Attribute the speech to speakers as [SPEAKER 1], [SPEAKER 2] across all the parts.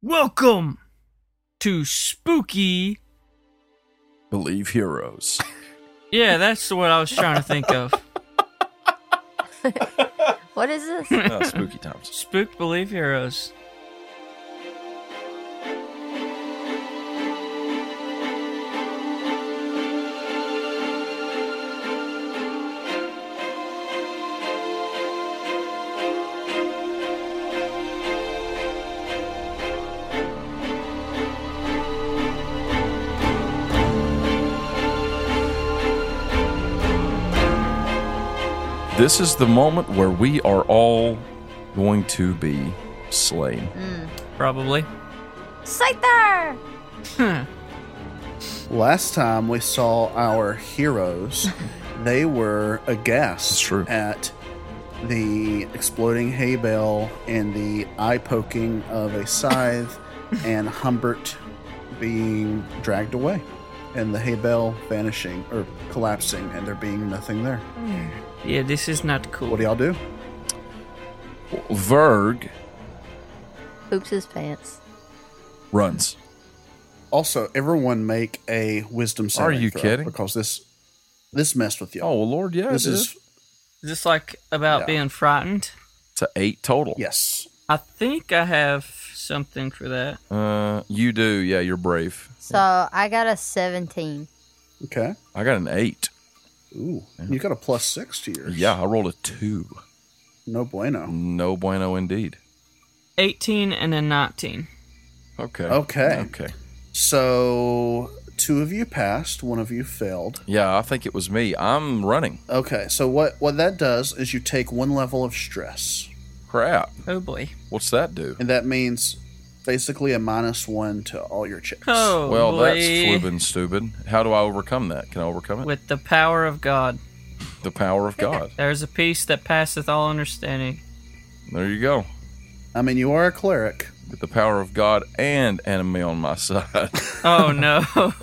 [SPEAKER 1] Welcome to Spooky.
[SPEAKER 2] Believe heroes.
[SPEAKER 1] Yeah, that's what I was trying to think of.
[SPEAKER 3] What is this?
[SPEAKER 2] oh, spooky times.
[SPEAKER 1] Spooked Believe Heroes.
[SPEAKER 2] This is the moment where we are all going to be slain.
[SPEAKER 1] Probably.
[SPEAKER 3] Scyther!
[SPEAKER 4] Last time we saw our heroes, they were
[SPEAKER 2] That's
[SPEAKER 4] aghast
[SPEAKER 2] true.
[SPEAKER 4] at the exploding hay bale and the eye poking of a scythe, and Humbert being dragged away, and the hay bale vanishing or collapsing, and there being nothing there.
[SPEAKER 1] Yeah, this is not cool.
[SPEAKER 4] What do y'all do?
[SPEAKER 2] Verg
[SPEAKER 3] Poops his pants.
[SPEAKER 2] runs.
[SPEAKER 4] Also, everyone make a wisdom saving
[SPEAKER 2] you
[SPEAKER 4] throw,
[SPEAKER 2] kidding?
[SPEAKER 4] Because this this messed with y'all.
[SPEAKER 2] Oh, Lord, yeah.
[SPEAKER 4] this is
[SPEAKER 1] is this like about
[SPEAKER 4] Yeah.
[SPEAKER 1] being frightened?
[SPEAKER 2] to eight total.
[SPEAKER 4] yes.
[SPEAKER 1] I think I have something for that.
[SPEAKER 2] Uh, you do. Yeah, you're brave.
[SPEAKER 3] So I got a 17.
[SPEAKER 4] Okay.
[SPEAKER 2] I got an eight.
[SPEAKER 4] Ooh, you got a plus six to yours.
[SPEAKER 2] Yeah, I rolled a two.
[SPEAKER 4] No bueno.
[SPEAKER 2] No bueno indeed.
[SPEAKER 1] 18 and a 19.
[SPEAKER 2] Okay.
[SPEAKER 4] Okay.
[SPEAKER 2] Okay.
[SPEAKER 4] So two of you passed, one of you failed.
[SPEAKER 2] Yeah, I think it was me. I'm running.
[SPEAKER 4] Okay, so what what that does is you take one level of stress,
[SPEAKER 2] Crap.
[SPEAKER 1] Oh boy.
[SPEAKER 2] What's that do?
[SPEAKER 4] and that means basically a minus one to all your checks.
[SPEAKER 1] Oh
[SPEAKER 2] well,
[SPEAKER 1] boy.
[SPEAKER 2] that's flippin' stupid. How do I overcome that? Can I overcome it?
[SPEAKER 1] With the power of God,
[SPEAKER 2] the power of God.
[SPEAKER 1] there's a peace that passeth all understanding.
[SPEAKER 2] There you go.
[SPEAKER 4] I mean, you are a cleric.
[SPEAKER 2] With the power of God and enemy on my side.
[SPEAKER 1] Oh no.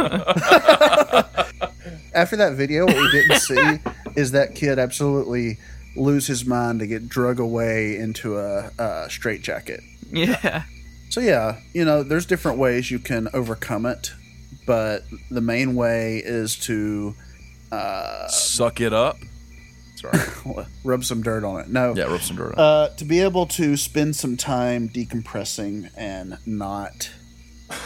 [SPEAKER 4] After that video, what we didn't see is that kid absolutely lose his mind to get drug away into a, a straitjacket.
[SPEAKER 1] yeah.
[SPEAKER 4] So yeah, you know, there's different ways you can overcome it, but the main way is to
[SPEAKER 2] Suck it up. Sorry.
[SPEAKER 4] rub some dirt on it. No,
[SPEAKER 2] Yeah, rub some dirt on it.
[SPEAKER 4] uh, to be able to spend some time decompressing and not,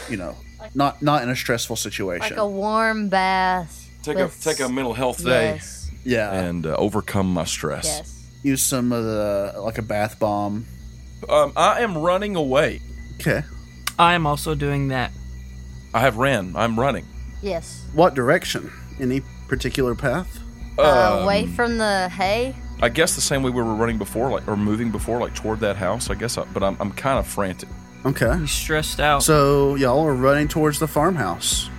[SPEAKER 4] you know, not not in a stressful
[SPEAKER 3] Like
[SPEAKER 4] situation.
[SPEAKER 3] a warm bath.
[SPEAKER 2] Take a
[SPEAKER 3] with
[SPEAKER 2] take a mental health day
[SPEAKER 3] Yes.
[SPEAKER 4] yeah,
[SPEAKER 2] and uh, overcome my stress.
[SPEAKER 3] Yes.
[SPEAKER 4] use some of the like a bath bomb.
[SPEAKER 2] Um, I am running away.
[SPEAKER 4] Okay,
[SPEAKER 1] I am also doing that.
[SPEAKER 2] I have ran. I'm running.
[SPEAKER 3] Yes.
[SPEAKER 4] what direction? Any particular path?
[SPEAKER 3] Uh,
[SPEAKER 2] Um,
[SPEAKER 3] away from the hay.
[SPEAKER 2] I guess the same way we were running before, like or moving before, like toward that house. I guess, I, but I'm I'm kind of frantic.
[SPEAKER 4] Okay,
[SPEAKER 1] He's stressed out.
[SPEAKER 4] so y'all are running towards the farmhouse.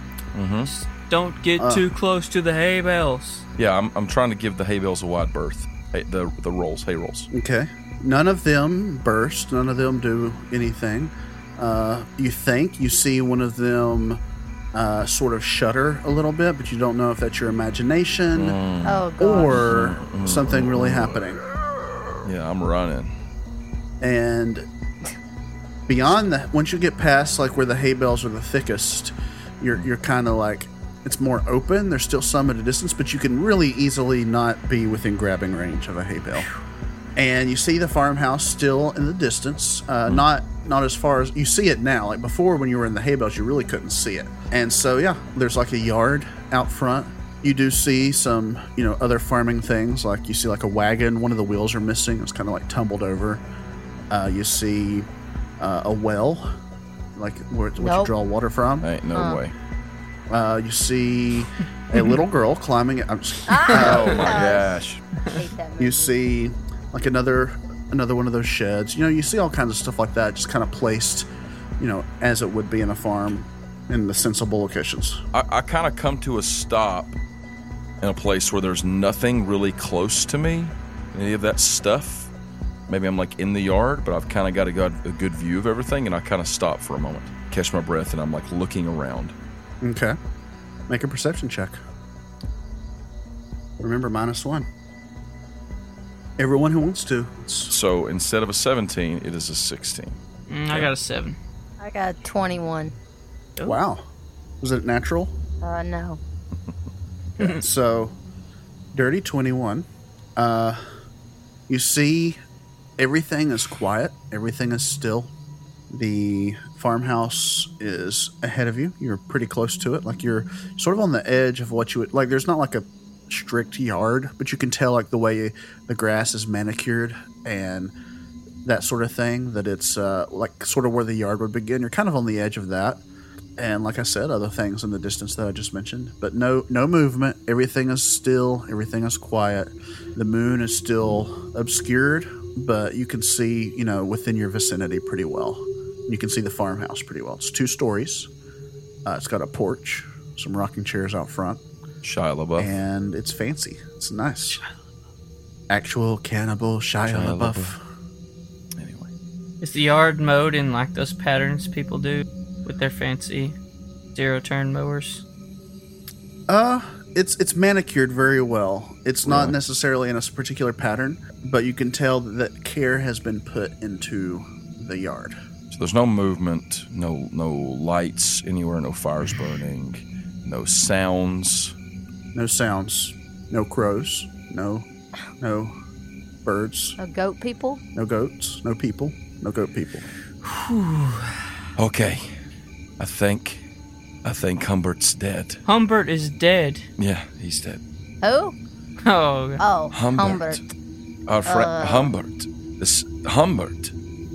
[SPEAKER 1] Don't get
[SPEAKER 4] Uh.
[SPEAKER 1] too close to the hay bales.
[SPEAKER 2] Yeah, I'm, I'm trying to give the hay bales a wide berth. Hey, the the rolls, hay rolls.
[SPEAKER 4] Okay. None of them burst. None of them do anything. Uh, you think you see one of them uh, sort of shudder a little bit, but you don't know if that's your imagination
[SPEAKER 3] Oh, God.
[SPEAKER 4] or something really happening.
[SPEAKER 2] Yeah, I'm running.
[SPEAKER 4] And beyond that, once you get past like where the hay bales are the thickest, you're you're kind of like it's more open. There's still some at a distance, but you can really easily not be within grabbing range of a hay bale. And you see the farmhouse still in the distance, uh, not not as far as you see it now. Like before, when you were in the hay bales, you really couldn't see it. And so yeah, there's like a yard out front. You do see some, you know, other farming things. Like you see like a wagon. One of the wheels are missing. It's kind of like tumbled over. Uh, you see uh, a well, like where, where you
[SPEAKER 3] Nope.
[SPEAKER 4] draw water from.
[SPEAKER 2] Ain't no way.
[SPEAKER 4] Uh, you see a little girl climbing. I'm just,
[SPEAKER 2] Oh my gosh.
[SPEAKER 3] I hate that movie.
[SPEAKER 4] you see like another another one of those sheds. You know, you see all kinds of stuff like that, just kind of placed, you know, as it would be in a farm, in the sensible locations.
[SPEAKER 2] I, I kind of come to a stop in a place where there's nothing really close to me, any of that stuff. Maybe I'm like in the yard, but I've kind of got a good, a good view of everything, and I kind of stop for a moment, catch my breath, and I'm like looking around.
[SPEAKER 4] Okay, make a perception check. Remember minus one. Everyone who wants to.
[SPEAKER 2] So instead of a 17, it is a 16.
[SPEAKER 1] Mm, I got a seven.
[SPEAKER 3] I I got 21.
[SPEAKER 4] Wow. Was it natural?
[SPEAKER 3] Uh, no.
[SPEAKER 4] So, Dirty 21. Uh, you see, everything is quiet, everything is still. The farmhouse is ahead of you. You're pretty close to it. Like, you're sort of on the edge of what you would like. There's not like a strict yard, but you can tell, like, the way the grass is manicured and that sort of thing, that it's uh, like sort of where the yard would begin. You're kind of on the edge of that and like I said, other things in the distance that I just mentioned. But no, no movement. Everything is still. Everything is quiet. The moon is still obscured, but you can see, you know, within your vicinity pretty well. You can see the farmhouse pretty well. It's two stories. Uh, it's got a porch, some rocking chairs out front,
[SPEAKER 2] Shia LaBeouf.
[SPEAKER 4] and it's fancy. It's nice. Actual cannibal Shia,
[SPEAKER 2] Shia
[SPEAKER 4] LaBeouf.
[SPEAKER 2] LaBeouf. anyway,
[SPEAKER 1] Is the yard mowed in like those patterns people do with their fancy zero turn mowers?
[SPEAKER 4] Uh, it's it's manicured very well. It's not necessarily in a s- particular pattern, but you can tell that care has been put into the yard.
[SPEAKER 2] so there's no movement, no no lights anywhere, no fires burning, no sounds.
[SPEAKER 4] No sounds, no crows, no no birds,
[SPEAKER 3] No goat people?
[SPEAKER 4] no goats, no people, no goat people.
[SPEAKER 2] Okay, I think, I think Humbert's dead.
[SPEAKER 1] Humbert is dead.
[SPEAKER 2] Yeah, he's dead.
[SPEAKER 3] Who?
[SPEAKER 1] Oh,
[SPEAKER 3] Oh,
[SPEAKER 2] Humbert.
[SPEAKER 3] Humbert. Uh,
[SPEAKER 2] Our friend Humbert. This Humbert.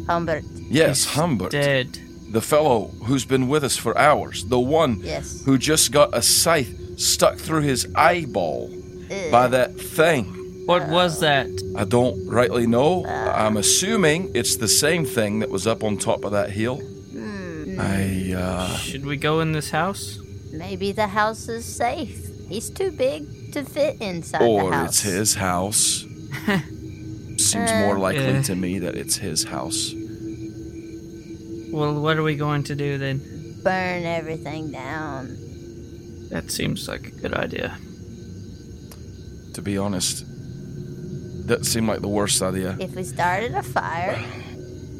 [SPEAKER 3] Humbert.
[SPEAKER 2] Yes,
[SPEAKER 1] he's
[SPEAKER 2] Humbert.
[SPEAKER 1] Dead.
[SPEAKER 2] The fellow who's been with us for hours. The one
[SPEAKER 3] Yes.
[SPEAKER 2] who just got a scythe stuck through his eyeball
[SPEAKER 3] Ew.
[SPEAKER 2] by that thing.
[SPEAKER 1] What was that?
[SPEAKER 2] I don't rightly know.
[SPEAKER 3] Uh.
[SPEAKER 2] I'm assuming it's the same thing that was up on top of that hill.
[SPEAKER 3] hmm,
[SPEAKER 2] I, uh,
[SPEAKER 1] Should we go in this house?
[SPEAKER 3] Maybe the house is safe. He's too big to fit inside the
[SPEAKER 2] or
[SPEAKER 3] house. Uh,
[SPEAKER 2] it's his house. Seems more likely
[SPEAKER 1] Eh.
[SPEAKER 2] to me that it's his house.
[SPEAKER 1] Well, what are we going to do then?
[SPEAKER 3] Burn everything down.
[SPEAKER 1] That seems like a good idea.
[SPEAKER 2] To be honest, that seemed like the worst idea.
[SPEAKER 3] If we started a fire,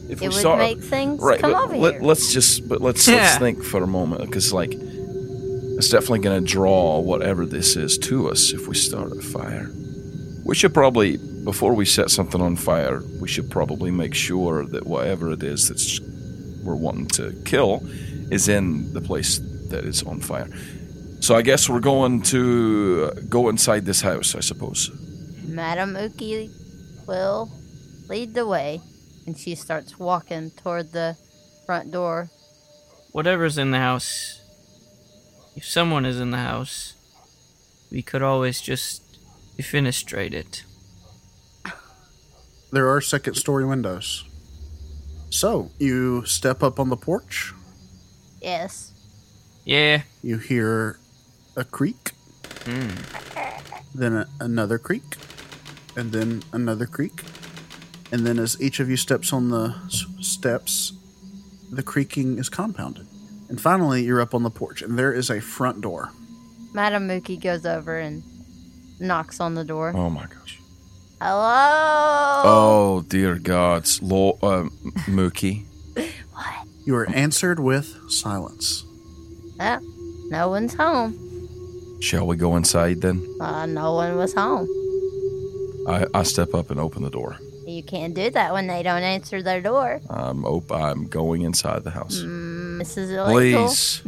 [SPEAKER 2] If
[SPEAKER 3] it would
[SPEAKER 2] saw-
[SPEAKER 3] make things
[SPEAKER 2] right,
[SPEAKER 3] come
[SPEAKER 2] but
[SPEAKER 3] over
[SPEAKER 2] let,
[SPEAKER 3] here.
[SPEAKER 2] Let's just, but let's let's
[SPEAKER 1] Yeah.
[SPEAKER 2] think for a moment because like it's definitely going to draw whatever this is to us if we start a fire. We should probably before we set something on fire, we should probably make sure that whatever it is that's we're wanting to kill is in the place that is on fire. So I guess we're going to uh, go inside this house, I suppose.
[SPEAKER 3] Madam Uki will lead the way, and she starts walking toward the front door.
[SPEAKER 1] Whatever's in the house, if someone is in the house, we could always just defenestrate it.
[SPEAKER 4] There are second story windows. So you step up on the porch.
[SPEAKER 3] Yes.
[SPEAKER 1] Yeah.
[SPEAKER 4] You hear a creak, then a, another creak, and then another creak. And then as each of you steps on the s- steps, the creaking is compounded. And finally, you're up on the porch, and there is a front door.
[SPEAKER 3] Madam Mookie goes over and knocks on the door.
[SPEAKER 2] Oh my gosh.
[SPEAKER 3] Hello.
[SPEAKER 2] Oh dear gods, Lo- uh, Mookie.
[SPEAKER 4] You are answered with silence.
[SPEAKER 3] Eh, no one's home.
[SPEAKER 2] Shall we go inside then?
[SPEAKER 3] Uh, no one was home.
[SPEAKER 2] I, I step up and open the door.
[SPEAKER 3] You can't do that when they don't answer their door. Mm,
[SPEAKER 2] I'm op- I'm going inside the house.
[SPEAKER 3] This is illegal.
[SPEAKER 2] Please.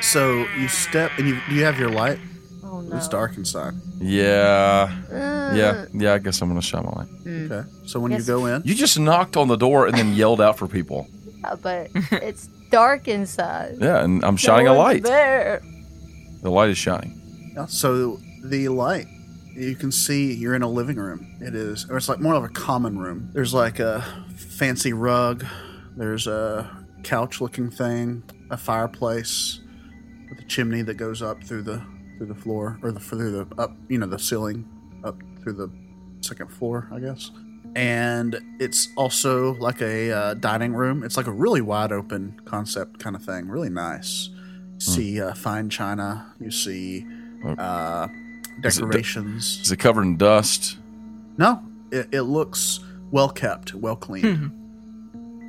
[SPEAKER 4] So you step, and you, do you have your light?
[SPEAKER 3] Oh no.
[SPEAKER 4] It's dark inside.
[SPEAKER 2] Yeah.
[SPEAKER 1] Uh.
[SPEAKER 3] Mm,
[SPEAKER 2] Yeah. Yeah, I guess I'm going to shine my light.
[SPEAKER 4] Okay. So when you
[SPEAKER 3] Yes.
[SPEAKER 4] go in,
[SPEAKER 2] You just knocked on the door and then yelled out for people.
[SPEAKER 3] uh, but it's dark inside.
[SPEAKER 2] Yeah, and I'm
[SPEAKER 3] No
[SPEAKER 2] shining a
[SPEAKER 3] one's
[SPEAKER 2] light.
[SPEAKER 3] There.
[SPEAKER 2] The light is shining.
[SPEAKER 4] Yeah, So the light, you can see you're in a living room. It is, or it's like more of a common room. There's like a fancy rug. There's a couch-looking thing, a fireplace with a chimney that goes up through the through the floor or the through the up, you know, the ceiling up through the second floor, I guess. And it's also like a uh, dining room. It's like a really wide open concept kind of thing. Really nice.
[SPEAKER 2] Hmm.
[SPEAKER 4] You see uh, fine china. You see
[SPEAKER 2] Oh.
[SPEAKER 4] uh,
[SPEAKER 2] Is it-
[SPEAKER 4] decorations.
[SPEAKER 2] Is it covered in dust?
[SPEAKER 4] no, it, it looks well kept, well cleaned.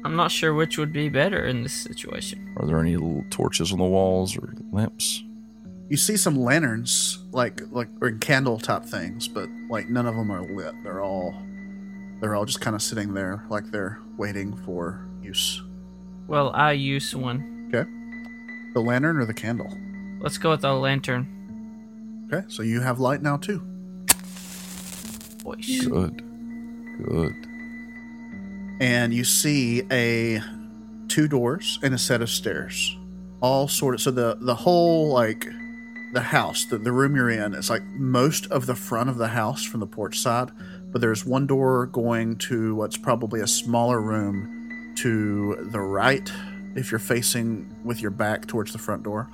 [SPEAKER 1] I'm not sure which would be better in this situation.
[SPEAKER 2] Are there any little torches on the walls or lamps?
[SPEAKER 4] You see some lanterns, like like or candle top things, but like none of them are lit. They're all they're all just kind of sitting there, like they're waiting for use.
[SPEAKER 1] Well, I use one.
[SPEAKER 4] The lantern or the candle.
[SPEAKER 1] Let's go with the lantern.
[SPEAKER 4] Okay, so you have light now too.
[SPEAKER 1] Boys.
[SPEAKER 2] Good. Good.
[SPEAKER 4] and you see a two doors and a set of stairs all sort of so the the whole like the house the, the room you're in is like most of the front of the house from the porch side but there's one door going to what's probably a smaller room to the right if you're facing with your back towards the front door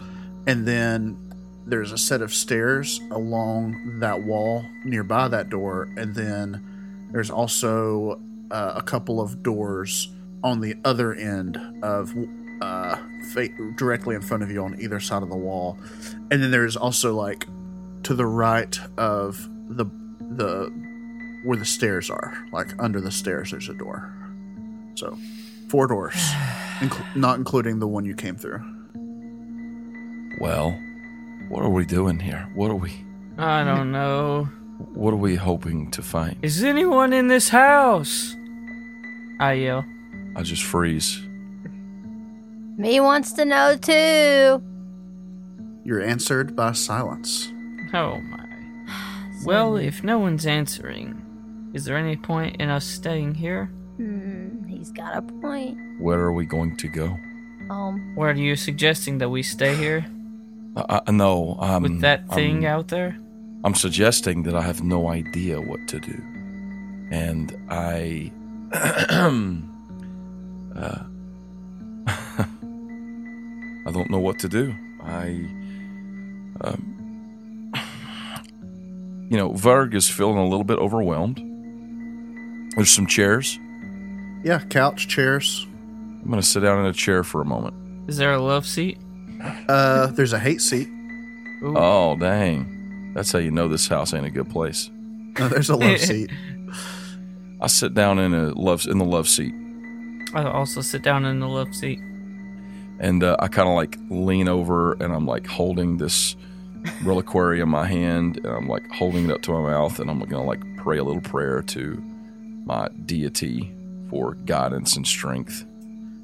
[SPEAKER 4] and then there's a set of stairs along that wall nearby that door and then there's also uh, a couple of doors on the other end of uh, fa- directly in front of you on either side of the wall, and then there's also like to the right of the the where the stairs are, like under the stairs, there's a door. So four doors, incl- not including the one you came through.
[SPEAKER 2] Well, what are we doing here? What are we
[SPEAKER 1] I don't know.
[SPEAKER 2] what are we hoping to find?
[SPEAKER 1] Is anyone in this house? I yell.
[SPEAKER 2] I just freeze.
[SPEAKER 3] Me wants to know too.
[SPEAKER 4] You're answered by silence.
[SPEAKER 1] Oh my. Well, if no one's answering, is there any point in us staying here?
[SPEAKER 3] Hmm, he's got a point.
[SPEAKER 2] Where are we going to go?
[SPEAKER 3] Um,
[SPEAKER 1] What are you suggesting that we stay here
[SPEAKER 2] I, I no, um
[SPEAKER 1] with that thing
[SPEAKER 2] I'm,
[SPEAKER 1] out there?
[SPEAKER 2] I'm suggesting that I have no idea what to do. And I uh, I don't know what to do. I um, you know, Varg is feeling a little bit overwhelmed. There's some chairs.
[SPEAKER 4] Yeah, couch, chairs.
[SPEAKER 2] I'm going to sit down in a chair for a moment.
[SPEAKER 1] Is there a love seat?
[SPEAKER 4] Uh, there's a hate seat.
[SPEAKER 1] Ooh.
[SPEAKER 2] Oh, dang. That's how you know this house ain't a good place.
[SPEAKER 4] No, there's a love seat.
[SPEAKER 2] I sit down in a love in the love seat
[SPEAKER 1] I'll also sit down in the love seat.
[SPEAKER 2] and uh, I kind of like lean over and I'm like holding this reliquary in my hand and I'm like holding it up to my mouth and I'm going to like pray a little prayer to my deity for guidance and strength.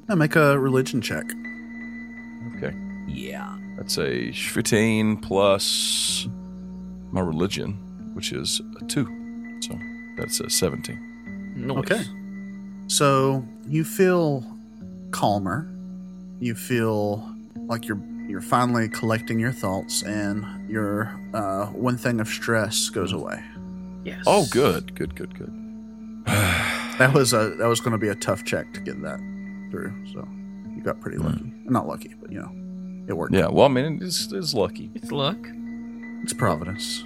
[SPEAKER 4] Now make a religion check.
[SPEAKER 2] Okay. Yeah. That's a 15 plus my religion, which is a 2. So that's a 17.
[SPEAKER 1] Noise.
[SPEAKER 4] Okay. So you feel calmer. You feel like you're you're finally collecting your thoughts, and your uh, one thing of stress goes away.
[SPEAKER 1] Yes.
[SPEAKER 2] Oh, good, good, good, good.
[SPEAKER 4] That was a that was going to be a tough check to get that through. So you got pretty lucky. Not lucky, but you know, it worked.
[SPEAKER 2] yeah. Well, I mean, it's, it's lucky.
[SPEAKER 1] It's luck.
[SPEAKER 4] It's providence.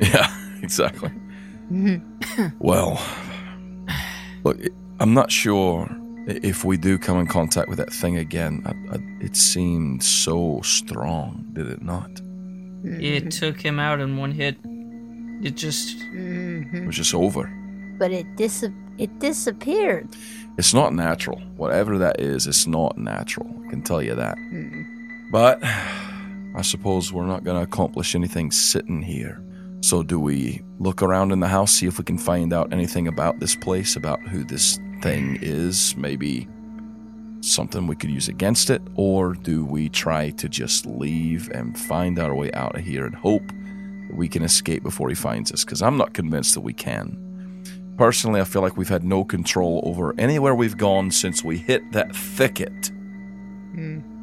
[SPEAKER 2] yeah, exactly. well, look, it- I'm not sure i- if we do come in contact with that thing again. I, I, it seemed so strong, did it not?
[SPEAKER 1] It took him out in one hit. It just.
[SPEAKER 2] It was just over.
[SPEAKER 3] but it dis it disappeared.
[SPEAKER 2] It's not natural. Whatever that is, it's not natural. I can tell you that. But I suppose we're not going to accomplish anything sitting here. So, do we look around in the house, see if we can find out anything about this place, about who this thing is? Maybe something we could use against it? Or do we try to just leave and find our way out of here and hope that we can escape before he finds us? Because I'm not convinced that we can. Personally, I feel like we've had no control over anywhere we've gone since we hit that thicket.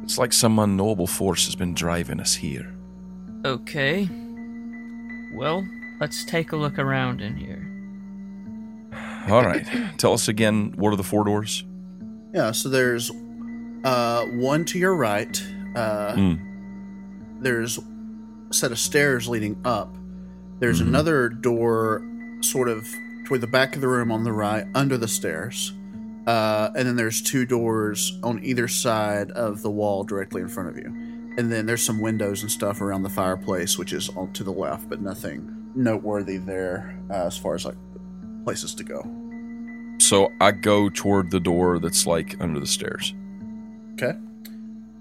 [SPEAKER 2] It's like some unknowable force has been driving us here.
[SPEAKER 1] Okay. Well, let's take a look around in here.
[SPEAKER 2] All right, tell us again what are the four doors?
[SPEAKER 4] Yeah. So there's uh, one to your right. Uh,
[SPEAKER 2] Mm.
[SPEAKER 4] there's a set of stairs leading up. There's another door sort of toward the back of the room on the right under the stairs. Uh, and then there's two doors on either side of the wall directly in front of you. And then there's some windows and stuff around the fireplace, which is on to the left, but nothing noteworthy there uh, as far as like places to go.
[SPEAKER 2] So I go toward the door that's like under the stairs.
[SPEAKER 4] Okay.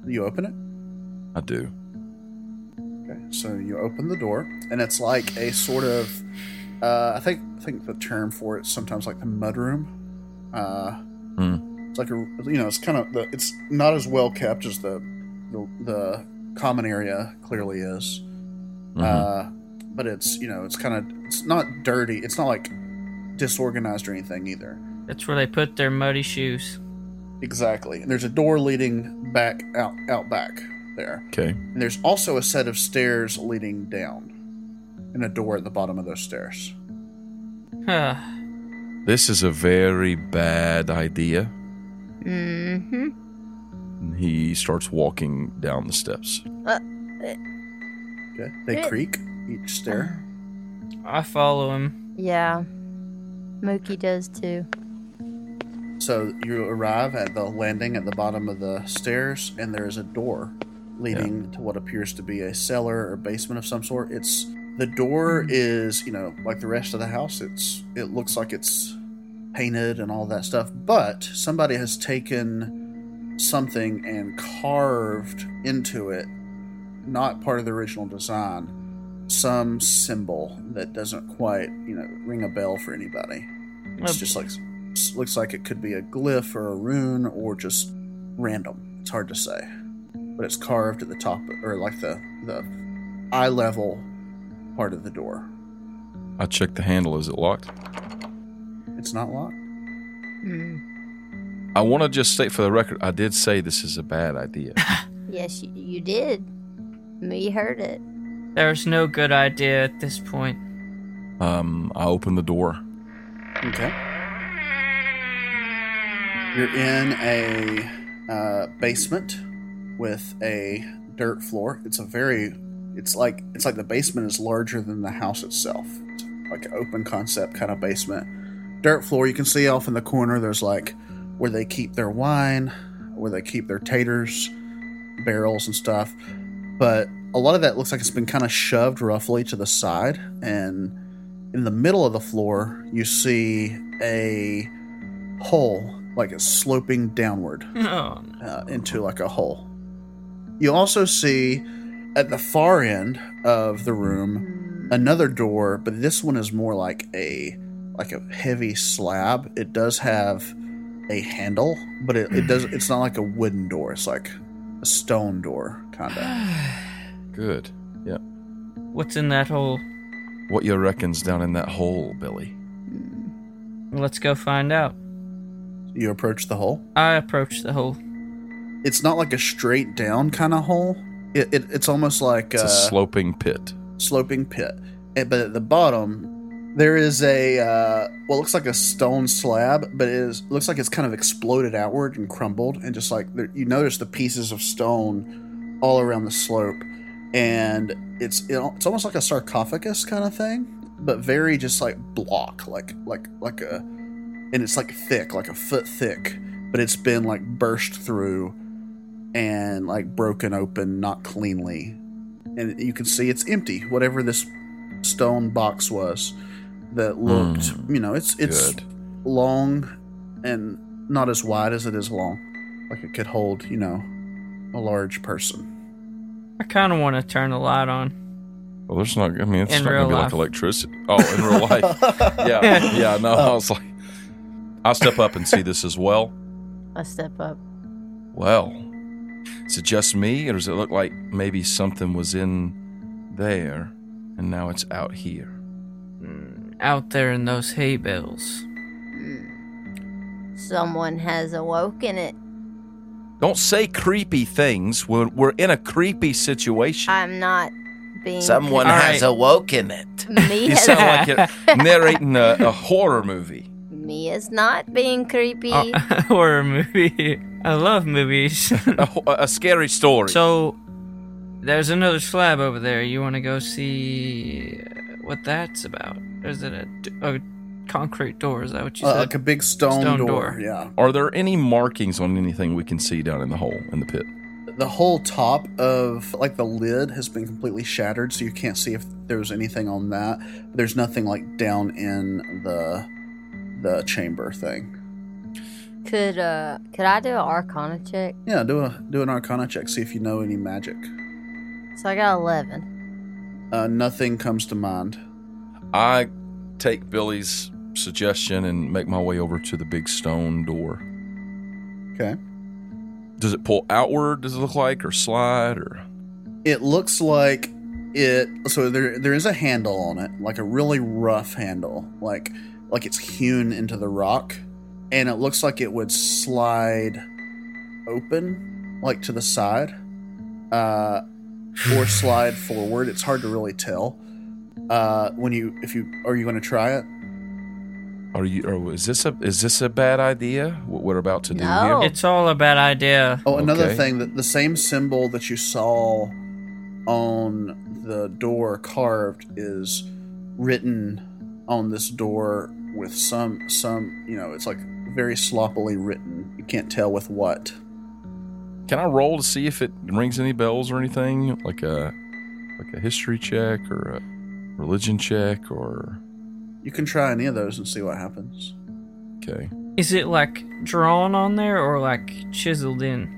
[SPEAKER 4] You open it.
[SPEAKER 2] I do.
[SPEAKER 4] Okay. So you open the door, and it's like a sort of, uh, I think I think the term for it sometimes like the mudroom. Uh, It's like a you know it's kind of the it's not as well kept as the the, the common area clearly is.
[SPEAKER 2] Mhm.
[SPEAKER 4] Uh, but it's you know it's kind of it's not dirty. It's not like disorganized or anything either.
[SPEAKER 1] That's where they put their muddy shoes.
[SPEAKER 4] Exactly. And there's a door leading back out out back there.
[SPEAKER 2] okay.
[SPEAKER 4] And there's also a set of stairs leading down and a door at the bottom of those stairs.
[SPEAKER 1] Huh.
[SPEAKER 2] This is a very bad idea.
[SPEAKER 3] Mm-hmm.
[SPEAKER 2] And He starts walking down the steps.
[SPEAKER 4] Okay. They
[SPEAKER 3] Eh.
[SPEAKER 4] creak each stair.
[SPEAKER 1] I follow him.
[SPEAKER 3] Yeah. Mookie does too.
[SPEAKER 4] So you arrive at the landing at the bottom of the stairs and there is a door leading to what appears to be a cellar or basement of some sort. It's the door is, you know, like the rest of the house, it's it looks like it's painted and all that stuff, but somebody has taken something and carved into it not part of the original design some symbol that doesn't quite, you know, ring a bell for anybody. It's
[SPEAKER 1] Uh,
[SPEAKER 4] just like s- looks like it could be a glyph or a rune or just random. It's hard to say, but it's carved at the top or like the the eye level part of the door.
[SPEAKER 2] I check the handle. Is it locked?
[SPEAKER 4] It's not locked.
[SPEAKER 3] Mm.
[SPEAKER 2] I want to just state for the record, I did say this is a bad idea.
[SPEAKER 3] Yes, you, you did. Me heard it.
[SPEAKER 1] There's no good idea at this point.
[SPEAKER 2] um, I open the door.
[SPEAKER 4] Okay. You're in a uh, basement with a dirt floor. It's a very it's like it's like the basement is larger than the house itself. It's like an open concept kind of basement. Dirt floor, you can see off in the corner there's like where they keep their wine, where they keep their taters, barrels and stuff. But a lot of that looks like it's been kind of shoved roughly to the side and in the middle of the floor, you see a hole, like it's sloping downward
[SPEAKER 1] Oh,
[SPEAKER 4] uh, into like a hole. You also see at the far end of the room another door, but this one is more like a like a heavy slab. It does have a handle, but it, it does. It's not like a wooden door. It's like a stone door, kind of.
[SPEAKER 2] Good. Yeah.
[SPEAKER 1] what's in that hole?
[SPEAKER 2] What you reckon's down in that hole, Billy?
[SPEAKER 1] Let's go find out.
[SPEAKER 4] You approach the hole.
[SPEAKER 1] I approach the hole.
[SPEAKER 4] It's not like a straight down kind of hole. It, it, it's almost like
[SPEAKER 2] It's
[SPEAKER 4] uh,
[SPEAKER 2] a sloping pit.
[SPEAKER 4] sloping pit. And- But at the bottom, there is a uh, what looks like a stone slab, but it is, looks like it's kind of exploded outward and crumbled, and just like there, you notice the pieces of stone all around the slope, and it's it, al- it's almost like a sarcophagus kind of thing, but very just like block, like like like a, and it's like thick, like a foot thick, but it's been like burst through, and like broken open, not cleanly, and you can see it's empty. Whatever this stone box was that looked,
[SPEAKER 2] Mm.
[SPEAKER 4] you know, it's it's
[SPEAKER 2] Good.
[SPEAKER 4] long and not as wide as it is long. Like it could hold, you know, a large person.
[SPEAKER 1] I kind of want to turn the light on.
[SPEAKER 2] Well, there's not. I mean, it's
[SPEAKER 1] In
[SPEAKER 2] not
[SPEAKER 1] real
[SPEAKER 2] gonna be
[SPEAKER 1] life.
[SPEAKER 2] like electricity. Oh, in real life. yeah. Yeah. No, I was like, I step up and see this as well.
[SPEAKER 3] I step up.
[SPEAKER 2] Well, is it just me, or does it look like maybe something was in there, and now it's out here?
[SPEAKER 1] Out there in those hay bales.
[SPEAKER 3] Someone has awoken it.
[SPEAKER 2] Don't say creepy things. We're we're in a creepy situation.
[SPEAKER 3] I'm not being.
[SPEAKER 5] Someone
[SPEAKER 1] All
[SPEAKER 5] has
[SPEAKER 1] right.
[SPEAKER 5] awoken it.
[SPEAKER 3] Me
[SPEAKER 2] You
[SPEAKER 3] has,
[SPEAKER 2] sound like you're narrating a, a horror movie.
[SPEAKER 3] me is not being creepy.
[SPEAKER 5] Uh-uh.
[SPEAKER 1] Uh, horror movie. I love movies.
[SPEAKER 2] a, ho- a scary story.
[SPEAKER 1] so, there's another slab over there. You want to go see what that's about? Is it a, d- a concrete door? Is that what you
[SPEAKER 4] Uh,
[SPEAKER 1] said?
[SPEAKER 4] like a big stone,
[SPEAKER 1] Stone
[SPEAKER 4] door.
[SPEAKER 1] door.
[SPEAKER 4] Yeah.
[SPEAKER 2] are there any markings on anything we can see down in the hole in the pit?
[SPEAKER 4] The whole top of like the lid has been completely shattered, so you can't see if there's anything on that. There's nothing like down in the the chamber thing.
[SPEAKER 3] Could uh could I do an Arcana check?
[SPEAKER 4] Yeah, do a do an Arcana check. See if you know any magic.
[SPEAKER 3] So I got eleven.
[SPEAKER 4] Uh, nothing comes to mind.
[SPEAKER 2] I take Billy's suggestion and make my way over to the big stone door.
[SPEAKER 4] Okay.
[SPEAKER 2] Does it pull outward? Does it look like, or slide, or
[SPEAKER 4] It looks like it. So there there is a handle on it, like a really rough handle, like like it's hewn into the rock, and it looks like it would slide open, like to the side, uh, or slide forward. It's hard to really tell. Uh, when you if you are you going to try it?
[SPEAKER 2] are you? Or is this a is this a bad idea? What we're about to do
[SPEAKER 3] No.
[SPEAKER 2] here?
[SPEAKER 1] It's all a bad idea.
[SPEAKER 4] Oh, another
[SPEAKER 2] Okay.
[SPEAKER 4] thing that the same symbol that you saw on the door carved is written on this door with some some you know it's like very sloppily written. You can't tell with what.
[SPEAKER 2] Can I roll to see if it rings any bells or anything? Like a like a history check or a religion check or
[SPEAKER 4] You can try any of those and see what happens.
[SPEAKER 2] okay.
[SPEAKER 1] Is it like drawn on there or like chiseled in?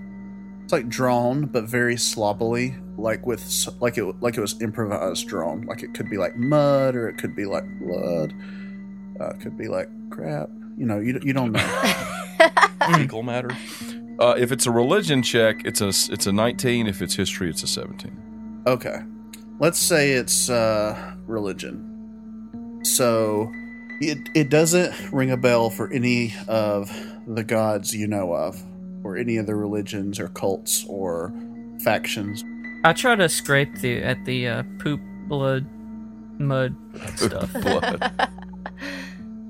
[SPEAKER 4] It's like drawn, but very sloppily, like with s- like it like it was improvised drawn. Like it could be like mud, or it could be like blood, uh, it could be like crap. You know, you you don't know.
[SPEAKER 2] Fecal matter. Uh, if it's a religion check, it's a it's a 19. If it's history, it's a 17.
[SPEAKER 4] Okay. Let's say it's uh, religion. So it, it doesn't ring a bell for any of the gods you know of, or any of the religions or cults or factions.
[SPEAKER 1] I try to scrape the at the uh, poop, blood, mud stuff.
[SPEAKER 2] Blood.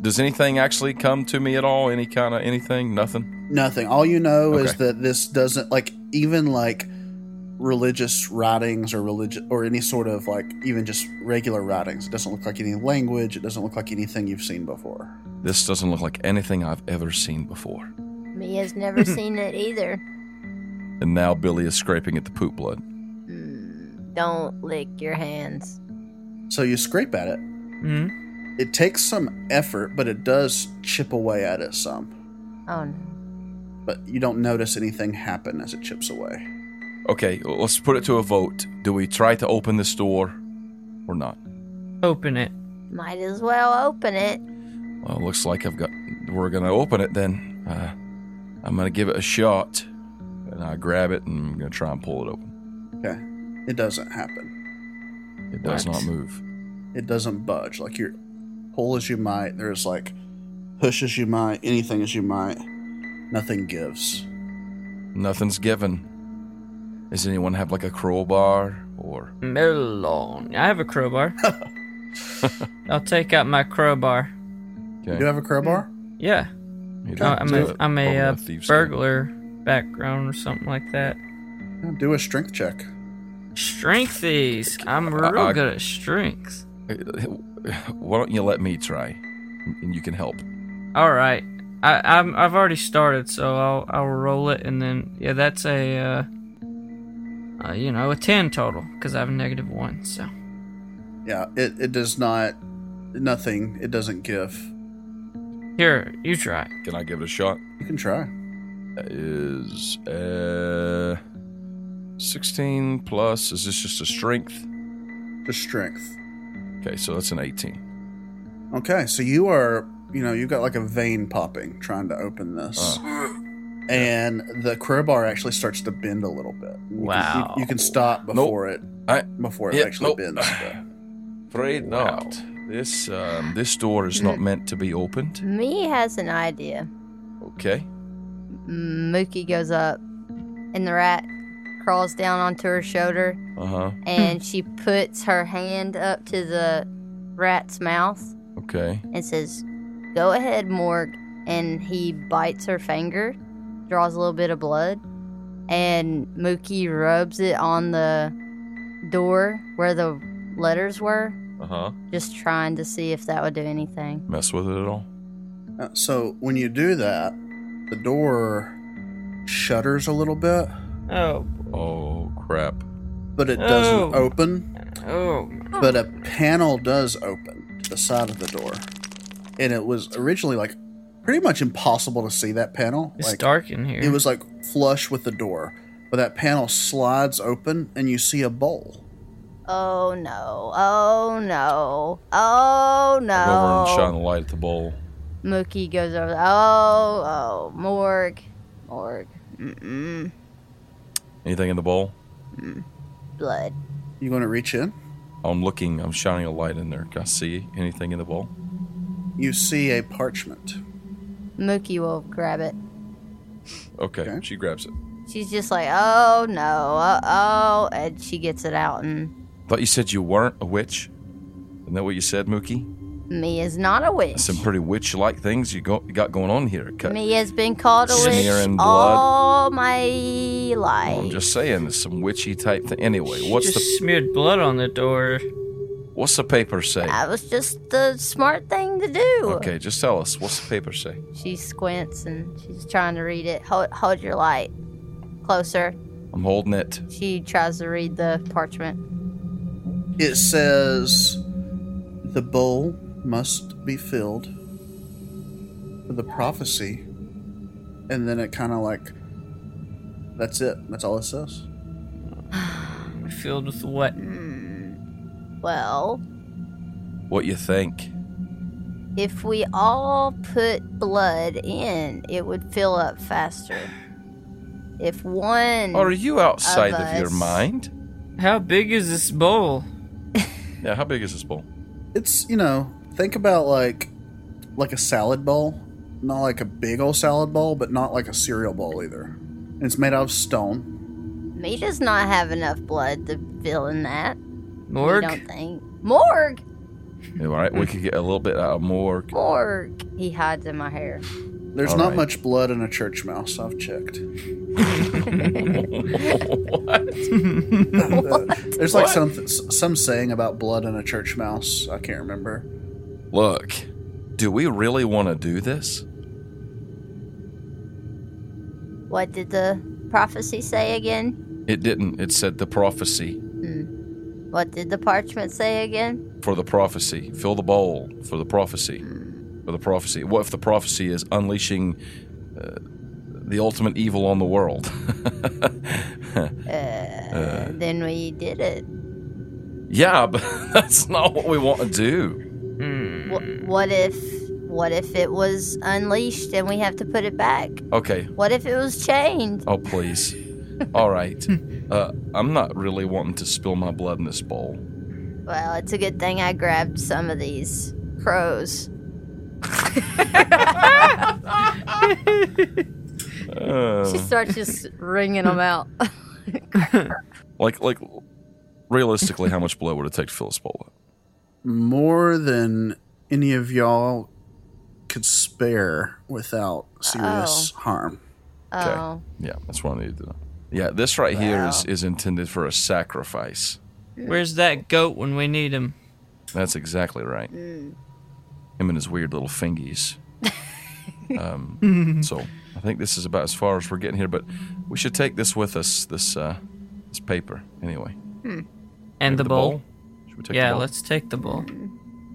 [SPEAKER 2] Does anything actually come to me at all? Any kind of anything? Nothing.
[SPEAKER 4] Nothing. All you know is
[SPEAKER 2] Okay.
[SPEAKER 4] that this doesn't, like, even like religious writings or religious or any sort of like even just regular writings it doesn't look like any language it doesn't look like anything you've seen before
[SPEAKER 2] This doesn't look like anything I've ever seen before.
[SPEAKER 3] Me has never seen it either.
[SPEAKER 2] And now Billy is scraping at the poop blood.
[SPEAKER 3] Mm, Don't lick your hands.
[SPEAKER 4] so you scrape at it
[SPEAKER 1] Hmm?
[SPEAKER 4] It takes some effort, but it does chip away at it some.
[SPEAKER 3] Oh no.
[SPEAKER 4] But you don't notice anything happen as it chips away.
[SPEAKER 2] Okay, let's put it to a vote. Do we try to open this door or not?
[SPEAKER 1] Open it.
[SPEAKER 3] Might as well open it.
[SPEAKER 2] Well, looks like I've got. We're gonna open it then. Uh, I'm gonna give it a shot, and I grab it and I'm gonna try and pull it open.
[SPEAKER 4] Okay. It doesn't happen.
[SPEAKER 2] It does
[SPEAKER 1] What?
[SPEAKER 2] not move.
[SPEAKER 4] It doesn't budge. Like you pull as you might, there's like push as you might, anything as you might. Nothing gives.
[SPEAKER 2] Nothing's given. Does anyone have like a crowbar or?
[SPEAKER 1] Melon. I have a crowbar. I'll take out my crowbar.
[SPEAKER 4] You do
[SPEAKER 2] Okay.
[SPEAKER 4] have a crowbar?
[SPEAKER 1] Yeah.
[SPEAKER 2] you
[SPEAKER 1] I-
[SPEAKER 2] don't
[SPEAKER 1] Oh, I'm
[SPEAKER 2] do
[SPEAKER 1] a,
[SPEAKER 2] it.
[SPEAKER 1] I'm
[SPEAKER 2] Probably
[SPEAKER 1] a uh,
[SPEAKER 2] thief's
[SPEAKER 1] burglar background or something like that.
[SPEAKER 4] Yeah, do a strength check.
[SPEAKER 1] Strength these. I'm
[SPEAKER 2] I-
[SPEAKER 1] real
[SPEAKER 2] I-
[SPEAKER 1] good at strength.
[SPEAKER 2] game. Why don't you let me try, and you can help.
[SPEAKER 1] All right. I, I'm, I've already started, so I'll, I'll roll it and then yeah, that's a uh, uh you know a ten total because I have a negative one. So
[SPEAKER 4] Yeah, it, it does not nothing. It doesn't give.
[SPEAKER 1] here you try.
[SPEAKER 2] Can I give it a shot?
[SPEAKER 4] You can try.
[SPEAKER 2] That is uh, 16 plus. Is this just a strength?
[SPEAKER 4] Just strength.
[SPEAKER 2] Okay, so that's an 18.
[SPEAKER 4] Okay, so you are, you know, you've got like a vein popping trying to open this. And the crowbar actually starts to bend a little bit. You Can,
[SPEAKER 1] Wow.
[SPEAKER 4] you, you can stop before it
[SPEAKER 2] I-
[SPEAKER 4] before it
[SPEAKER 2] Yeah,
[SPEAKER 4] actually
[SPEAKER 2] nope.
[SPEAKER 4] bends. but-
[SPEAKER 2] Afraid
[SPEAKER 1] Wow.
[SPEAKER 2] not. This um, this door is not meant to be opened.
[SPEAKER 3] Me has an idea.
[SPEAKER 2] Okay.
[SPEAKER 3] Mm, Mookie goes up, and the rat crawls down onto her shoulder,
[SPEAKER 2] Uh huh.
[SPEAKER 3] and she puts her hand up to the rat's mouth
[SPEAKER 2] Okay.
[SPEAKER 3] and says, "Go ahead, Morg." And he bites her finger, draws a little bit of blood, and Mookie rubs it on the door where the letters were,
[SPEAKER 2] Uh huh.
[SPEAKER 3] just trying to see if that would do anything.
[SPEAKER 2] Mess with it at all?
[SPEAKER 4] Uh, So when you do that, the door shudders a little bit,
[SPEAKER 1] Oh
[SPEAKER 2] Oh crap.
[SPEAKER 4] but it
[SPEAKER 1] Oh.
[SPEAKER 4] doesn't open.
[SPEAKER 1] oh
[SPEAKER 4] But a panel does open to the side of the door. and it was originally like pretty much impossible to see that panel.
[SPEAKER 1] It's
[SPEAKER 4] like
[SPEAKER 1] dark in here.
[SPEAKER 4] it was like flush with the door, but that panel slides open and you see a bowl.
[SPEAKER 3] Oh no. Oh no. Oh
[SPEAKER 2] Go over and shine
[SPEAKER 3] no.
[SPEAKER 2] the light at the bowl.
[SPEAKER 3] Mookie goes over. Oh, oh. Morg. Morg. Mm-mm.
[SPEAKER 2] Anything in the bowl?
[SPEAKER 3] Blood.
[SPEAKER 4] You going to reach in?
[SPEAKER 2] I'm looking. I'm shining a light in there. Can I see anything in the bowl?
[SPEAKER 4] You see a parchment.
[SPEAKER 3] Mookie will grab it.
[SPEAKER 2] Okay,
[SPEAKER 4] Okay.
[SPEAKER 2] she grabs it.
[SPEAKER 3] She's just like, oh no, uh oh, and she gets it out. And
[SPEAKER 2] Thought you said you weren't a witch. Isn't that what you said, Mookie?
[SPEAKER 3] me is not a witch.
[SPEAKER 2] Some pretty witch-like things you go- got going on here. Cut.
[SPEAKER 3] Me has been called a witch
[SPEAKER 2] Smearing blood.
[SPEAKER 3] all my
[SPEAKER 2] Well, I'm
[SPEAKER 3] life.
[SPEAKER 2] just saying, there's some witchy type thing. Anyway,
[SPEAKER 1] She
[SPEAKER 2] what's
[SPEAKER 1] just
[SPEAKER 2] the
[SPEAKER 1] smeared blood on the door.
[SPEAKER 2] what's the paper say?
[SPEAKER 3] That was just the smart thing to do.
[SPEAKER 2] Okay, just tell us what's the paper say.
[SPEAKER 3] She squints and she's trying to read it. Hold, hold your light closer.
[SPEAKER 2] I'm holding it.
[SPEAKER 3] She tries to read the parchment.
[SPEAKER 4] It says the bowl must be filled with a prophecy. And then it kind of like, that's it. That's all it says.
[SPEAKER 1] Filled with what?
[SPEAKER 3] Well,
[SPEAKER 2] What you think?
[SPEAKER 3] Mm, if we all put blood in, it would fill up faster. If one.
[SPEAKER 2] Are you outside
[SPEAKER 3] Of
[SPEAKER 2] of, your
[SPEAKER 3] us.
[SPEAKER 2] mind?
[SPEAKER 1] How big is this bowl?
[SPEAKER 2] Yeah. How big is this bowl?
[SPEAKER 4] It's, you know, think about like, like a salad bowl. Not like a big old salad bowl, but not like a cereal bowl either. And it's made out of stone.
[SPEAKER 3] Me does not have enough blood to fill in that. I
[SPEAKER 1] Morg?
[SPEAKER 3] don't think. Morg!
[SPEAKER 2] All right, we could get a little bit out of more.
[SPEAKER 3] Morg! He hides in my hair.
[SPEAKER 4] There's
[SPEAKER 2] All
[SPEAKER 4] not
[SPEAKER 2] right.
[SPEAKER 4] much blood in a church mouse. I've checked.
[SPEAKER 2] what?
[SPEAKER 4] Uh, There's like
[SPEAKER 2] What?
[SPEAKER 4] some some saying about blood in a church mouse. I can't remember.
[SPEAKER 2] Look, do we really want to do this?
[SPEAKER 3] What did the prophecy say again?
[SPEAKER 2] It didn't. It said the prophecy
[SPEAKER 3] What did the parchment say again?
[SPEAKER 2] for the prophecy. Fill the bowl for the prophecy. For the prophecy. What if the prophecy is unleashing uh, the ultimate evil on the world?
[SPEAKER 3] Uh, then we did it.
[SPEAKER 2] yeah, but that's not what we want to do.
[SPEAKER 3] Wh- what if. What if it was unleashed and we have to put it back?
[SPEAKER 2] Okay.
[SPEAKER 3] What if it was chained?
[SPEAKER 2] Oh, please. All right. Uh, I'm not really wanting to spill my blood in this bowl.
[SPEAKER 3] Well, it's a good thing I grabbed some of these crows.
[SPEAKER 2] Uh,
[SPEAKER 3] She starts just wringing them out.
[SPEAKER 2] like, like, realistically, how much blood would it take to fill this bowl up?
[SPEAKER 4] More than any of y'all could spare without serious harm.
[SPEAKER 3] Oh.
[SPEAKER 2] Yeah, that's what I needed to know. Yeah, this right here is, is intended for a sacrifice.
[SPEAKER 1] Where's that goat when we need him?
[SPEAKER 2] That's exactly right. Him and his weird little fingies. um, so I think this is about as far as we're getting here, but we should take this with us. This uh, this paper, anyway.
[SPEAKER 1] And the, bowl?
[SPEAKER 2] Should we take
[SPEAKER 1] Yeah,
[SPEAKER 2] the bowl?
[SPEAKER 1] let's take the bowl.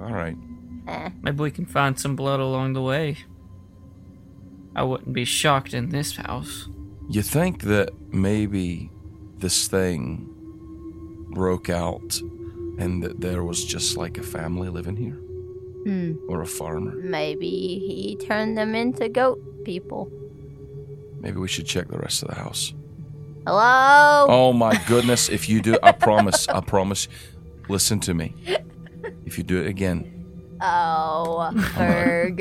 [SPEAKER 2] All right.
[SPEAKER 3] Eh.
[SPEAKER 1] Maybe we can find some blood along the way. I wouldn't be shocked in this house.
[SPEAKER 2] You think that maybe this thing broke out and that there was just like a family living here? Or a farmer?
[SPEAKER 3] Maybe he turned them into goat people.
[SPEAKER 2] Maybe we should check the rest of the house.
[SPEAKER 3] Hello?
[SPEAKER 2] Oh my goodness, if you do, I promise, I promise. Listen to me. If you do it again,
[SPEAKER 3] Oh, Erg.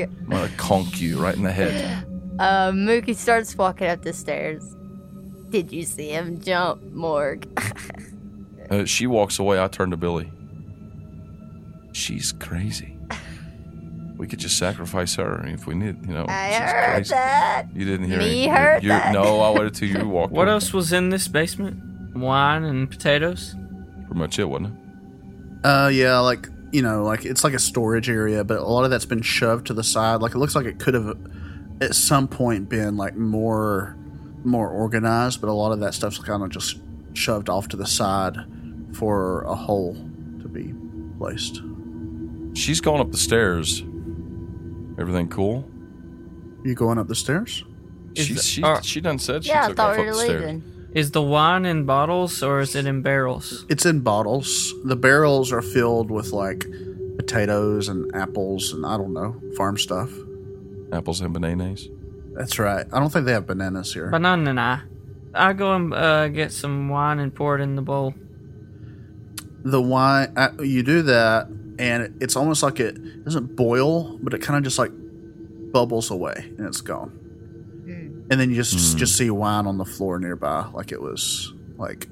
[SPEAKER 2] I'm gonna conk you right in the head.
[SPEAKER 3] uh, Mookie starts walking up the stairs. Did you see him jump, Morg?
[SPEAKER 2] Uh, she walks away, I turn to Billy. She's crazy. We could just sacrifice her if we need, you know.
[SPEAKER 3] I
[SPEAKER 2] she's
[SPEAKER 3] heard
[SPEAKER 2] crazy.
[SPEAKER 3] that.
[SPEAKER 2] You didn't hear
[SPEAKER 3] Me
[SPEAKER 2] anything.
[SPEAKER 3] heard
[SPEAKER 2] you,
[SPEAKER 3] that.
[SPEAKER 2] No, I waited till you walked.
[SPEAKER 1] What
[SPEAKER 2] away.
[SPEAKER 1] else was in this basement? Wine and potatoes?
[SPEAKER 2] Pretty much it, wasn't it?
[SPEAKER 4] Uh, yeah, like you know, like it's like a storage area, but a lot of that's been shoved to the side. Like it looks like it could have at some point been like more more organized, but a lot of that stuff's kind of just shoved off to the side for a hole to be placed.
[SPEAKER 2] She's gone up the stairs, Everything cool?
[SPEAKER 4] You going up the stairs?
[SPEAKER 1] Is
[SPEAKER 2] She
[SPEAKER 1] the-
[SPEAKER 2] she,
[SPEAKER 1] are-
[SPEAKER 2] she done said she
[SPEAKER 3] yeah, I
[SPEAKER 2] took
[SPEAKER 3] thought
[SPEAKER 2] off
[SPEAKER 3] we
[SPEAKER 2] up
[SPEAKER 3] were
[SPEAKER 2] the stairs.
[SPEAKER 3] leaving.
[SPEAKER 1] Is the wine in bottles or is it in barrels?
[SPEAKER 4] It's in bottles. The barrels are filled with like potatoes and apples and I don't know, farm stuff.
[SPEAKER 2] Apples and bananas.
[SPEAKER 4] That's right. I don't think they have bananas here.
[SPEAKER 1] Banana and I. I'll go and uh, get some wine and pour it in the bowl.
[SPEAKER 4] the wine uh, you do that and it, it's almost like it doesn't boil but it kind of just like bubbles away and it's gone and then you just just see wine on the floor nearby like it was like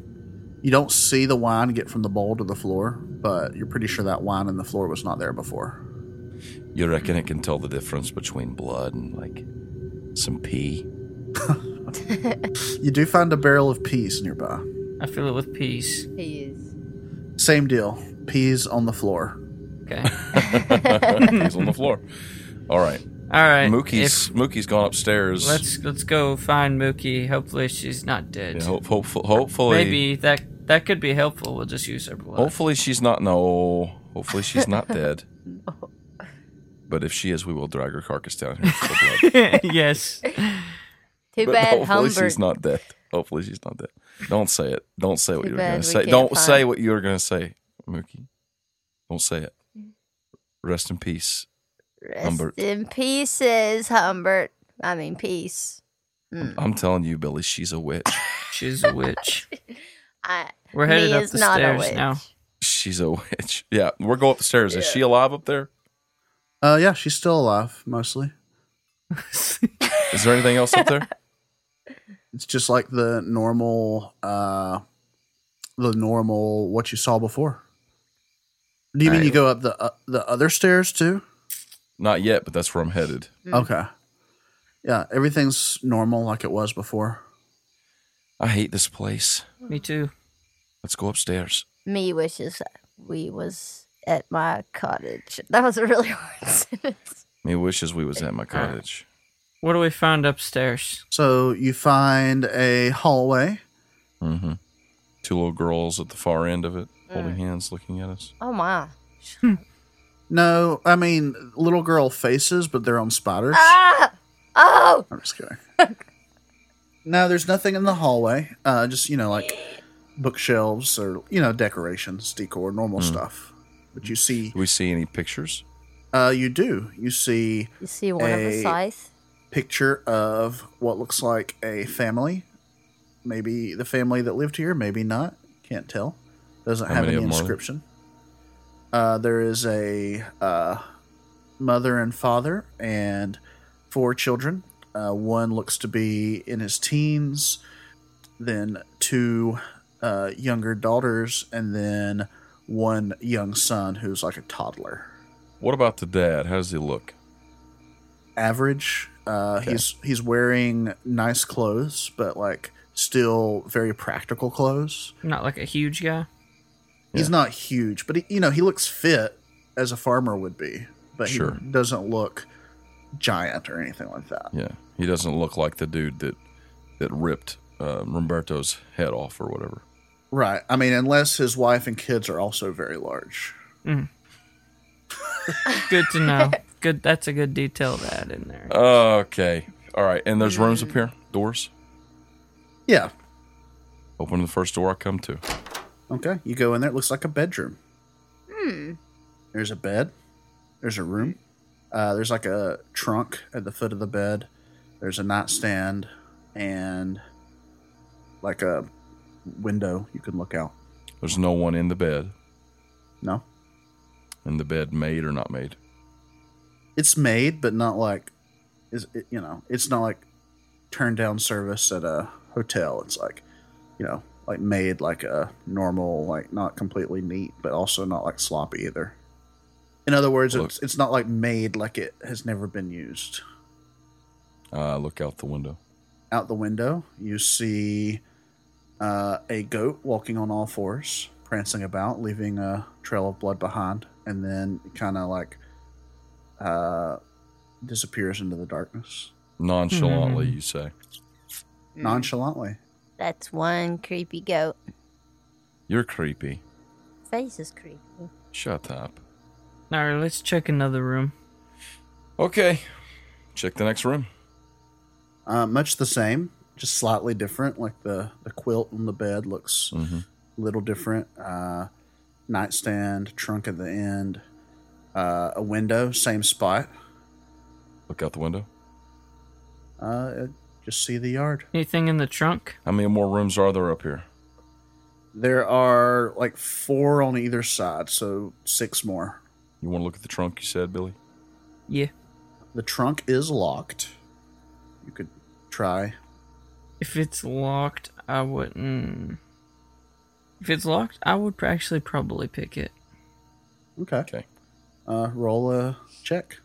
[SPEAKER 4] you don't see the wine get from the bowl to the floor but you're pretty sure that wine in the floor was not there before
[SPEAKER 2] You reckon it can tell the difference between blood and like some pee?
[SPEAKER 4] you do find a barrel of peas nearby
[SPEAKER 1] I fill it with peas.
[SPEAKER 3] He is.
[SPEAKER 4] same deal peas on the floor
[SPEAKER 1] Okay.
[SPEAKER 2] He's on the floor. All right,
[SPEAKER 1] All right.
[SPEAKER 2] Mookie's Mookie's gone upstairs.
[SPEAKER 1] If, let's let's go find Mookie. Hopefully she's not dead.
[SPEAKER 2] Yeah, hope, hope, hopefully,
[SPEAKER 1] Maybe that that could be helpful. We'll just use her blood.
[SPEAKER 2] hopefully she's not. No, hopefully she's not dead. But if she is, we will drag her carcass down here. For blood.
[SPEAKER 1] yes.
[SPEAKER 3] Too
[SPEAKER 2] But
[SPEAKER 3] bad
[SPEAKER 2] hopefully
[SPEAKER 3] Humbert.
[SPEAKER 2] she's not dead. Hopefully she's not dead. Don't say it. Don't say what
[SPEAKER 3] Too
[SPEAKER 2] you were
[SPEAKER 3] bad
[SPEAKER 2] gonna
[SPEAKER 3] we
[SPEAKER 2] say.
[SPEAKER 3] can't
[SPEAKER 2] Don't
[SPEAKER 3] find-
[SPEAKER 2] say what you were gonna say, Mookie. Don't say it. Rest in peace.
[SPEAKER 3] Rest
[SPEAKER 2] Humbert.
[SPEAKER 3] in pieces, Humbert. I mean, peace. Hmm.
[SPEAKER 2] I'm telling you, Billy, she's a witch.
[SPEAKER 1] She's a witch.
[SPEAKER 3] I,
[SPEAKER 1] We're headed
[SPEAKER 3] me
[SPEAKER 1] up
[SPEAKER 3] is
[SPEAKER 1] the
[SPEAKER 3] not a
[SPEAKER 1] stairs
[SPEAKER 3] witch.
[SPEAKER 1] now.
[SPEAKER 2] She's a witch. Yeah, we're going upstairs. Is she alive up there?
[SPEAKER 4] uh yeah she's still alive mostly
[SPEAKER 2] Is there anything else up there?
[SPEAKER 4] it's just like the normal uh the normal what you saw before do you mean you go up the uh, the other stairs too
[SPEAKER 2] Not yet, but that's where I'm headed.
[SPEAKER 4] okay yeah everything's normal like it was before
[SPEAKER 2] I hate this place.
[SPEAKER 1] Me too.
[SPEAKER 2] Let's go upstairs.
[SPEAKER 3] Me wishes we was at my cottage. That was a really hard sentence.
[SPEAKER 2] Me wishes we was at my cottage.
[SPEAKER 1] What do we find upstairs?
[SPEAKER 4] so you find a hallway
[SPEAKER 2] Mm-hmm. Two little girls at the far end of it, holding hands, looking at us.
[SPEAKER 3] Oh my.
[SPEAKER 4] no i mean little girl faces but they're on spiders
[SPEAKER 3] Ah! Oh!
[SPEAKER 4] i'm just kidding no there's nothing in the hallway uh just you know like bookshelves or you know decorations decor normal stuff but you see
[SPEAKER 2] Do we see any pictures?
[SPEAKER 4] Uh, you do. You see
[SPEAKER 3] You see one of a
[SPEAKER 4] A-
[SPEAKER 3] scythe?
[SPEAKER 4] picture of what looks like a family. Maybe the family that lived here, maybe not. Can't tell. Doesn't
[SPEAKER 2] How
[SPEAKER 4] have
[SPEAKER 2] many of
[SPEAKER 4] any
[SPEAKER 2] 'em are there?
[SPEAKER 4] inscription. Uh, there is a uh, mother and father and four children. Uh, one looks to be in his teens, then two uh, younger daughters, and then one young son who's like a toddler.
[SPEAKER 2] What about the dad? How does he look?
[SPEAKER 4] average. Uh, He's he's wearing nice clothes, but like still very practical clothes.
[SPEAKER 1] Not like a huge guy.
[SPEAKER 4] He's not huge, but he, you know he looks fit as a farmer would be, but
[SPEAKER 2] Sure.
[SPEAKER 4] he doesn't look giant or anything like that.
[SPEAKER 2] Yeah, he doesn't look like the dude that that ripped uh, Roberto's head off or whatever.
[SPEAKER 4] Right. I mean, unless his wife and kids are also very large.
[SPEAKER 1] Good to know. Good. That's a good detail to add in there.
[SPEAKER 2] Okay, all right. And there's rooms up here, doors.
[SPEAKER 4] Yeah.
[SPEAKER 2] Open the first door I come to.
[SPEAKER 4] Okay. You go in there. It looks like a bedroom. Hmm. There's a bed. There's a room. Uh, there's like a trunk at the foot of the bed. There's a nightstand and like a window you can look out.
[SPEAKER 2] There's no one in the bed.
[SPEAKER 4] No,
[SPEAKER 2] In the bed, made or not made.
[SPEAKER 4] it's made, but not like is it, you know it's not like turned down service at a hotel. It's like you know like made like a normal like not completely neat, but also not like sloppy either. In other words, it's it's not like made like it has never been used.
[SPEAKER 2] Uh, look out the window.
[SPEAKER 4] Out the window, you see uh, a goat walking on all fours, prancing about, leaving a trail of blood behind, and then kind of like uh, disappears into the darkness
[SPEAKER 2] Nonchalantly, you say.
[SPEAKER 4] nonchalantly.
[SPEAKER 3] That's one creepy goat.
[SPEAKER 2] You're creepy.
[SPEAKER 3] Face is creepy.
[SPEAKER 2] Shut up.
[SPEAKER 1] All right. Let's check another room.
[SPEAKER 2] Okay. Check the next room.
[SPEAKER 4] Uh, much the same, just slightly different. Like the, the quilt on the bed looks
[SPEAKER 2] Mhm.
[SPEAKER 4] a little different. Uh, nightstand, trunk at the end, uh, a window, same spot.
[SPEAKER 2] Look out the window.
[SPEAKER 4] Uh, just see the yard.
[SPEAKER 1] Anything in the trunk?
[SPEAKER 2] How many more rooms are there up here?
[SPEAKER 4] There are like four on either side, so six more.
[SPEAKER 2] You want to look at the trunk you said, Billy?
[SPEAKER 1] Yeah.
[SPEAKER 4] The trunk is locked. You could try.
[SPEAKER 1] If it's locked, I wouldn't. If it's locked, I would actually probably pick it.
[SPEAKER 4] Okay.
[SPEAKER 2] Okay.
[SPEAKER 4] Uh, roll a check.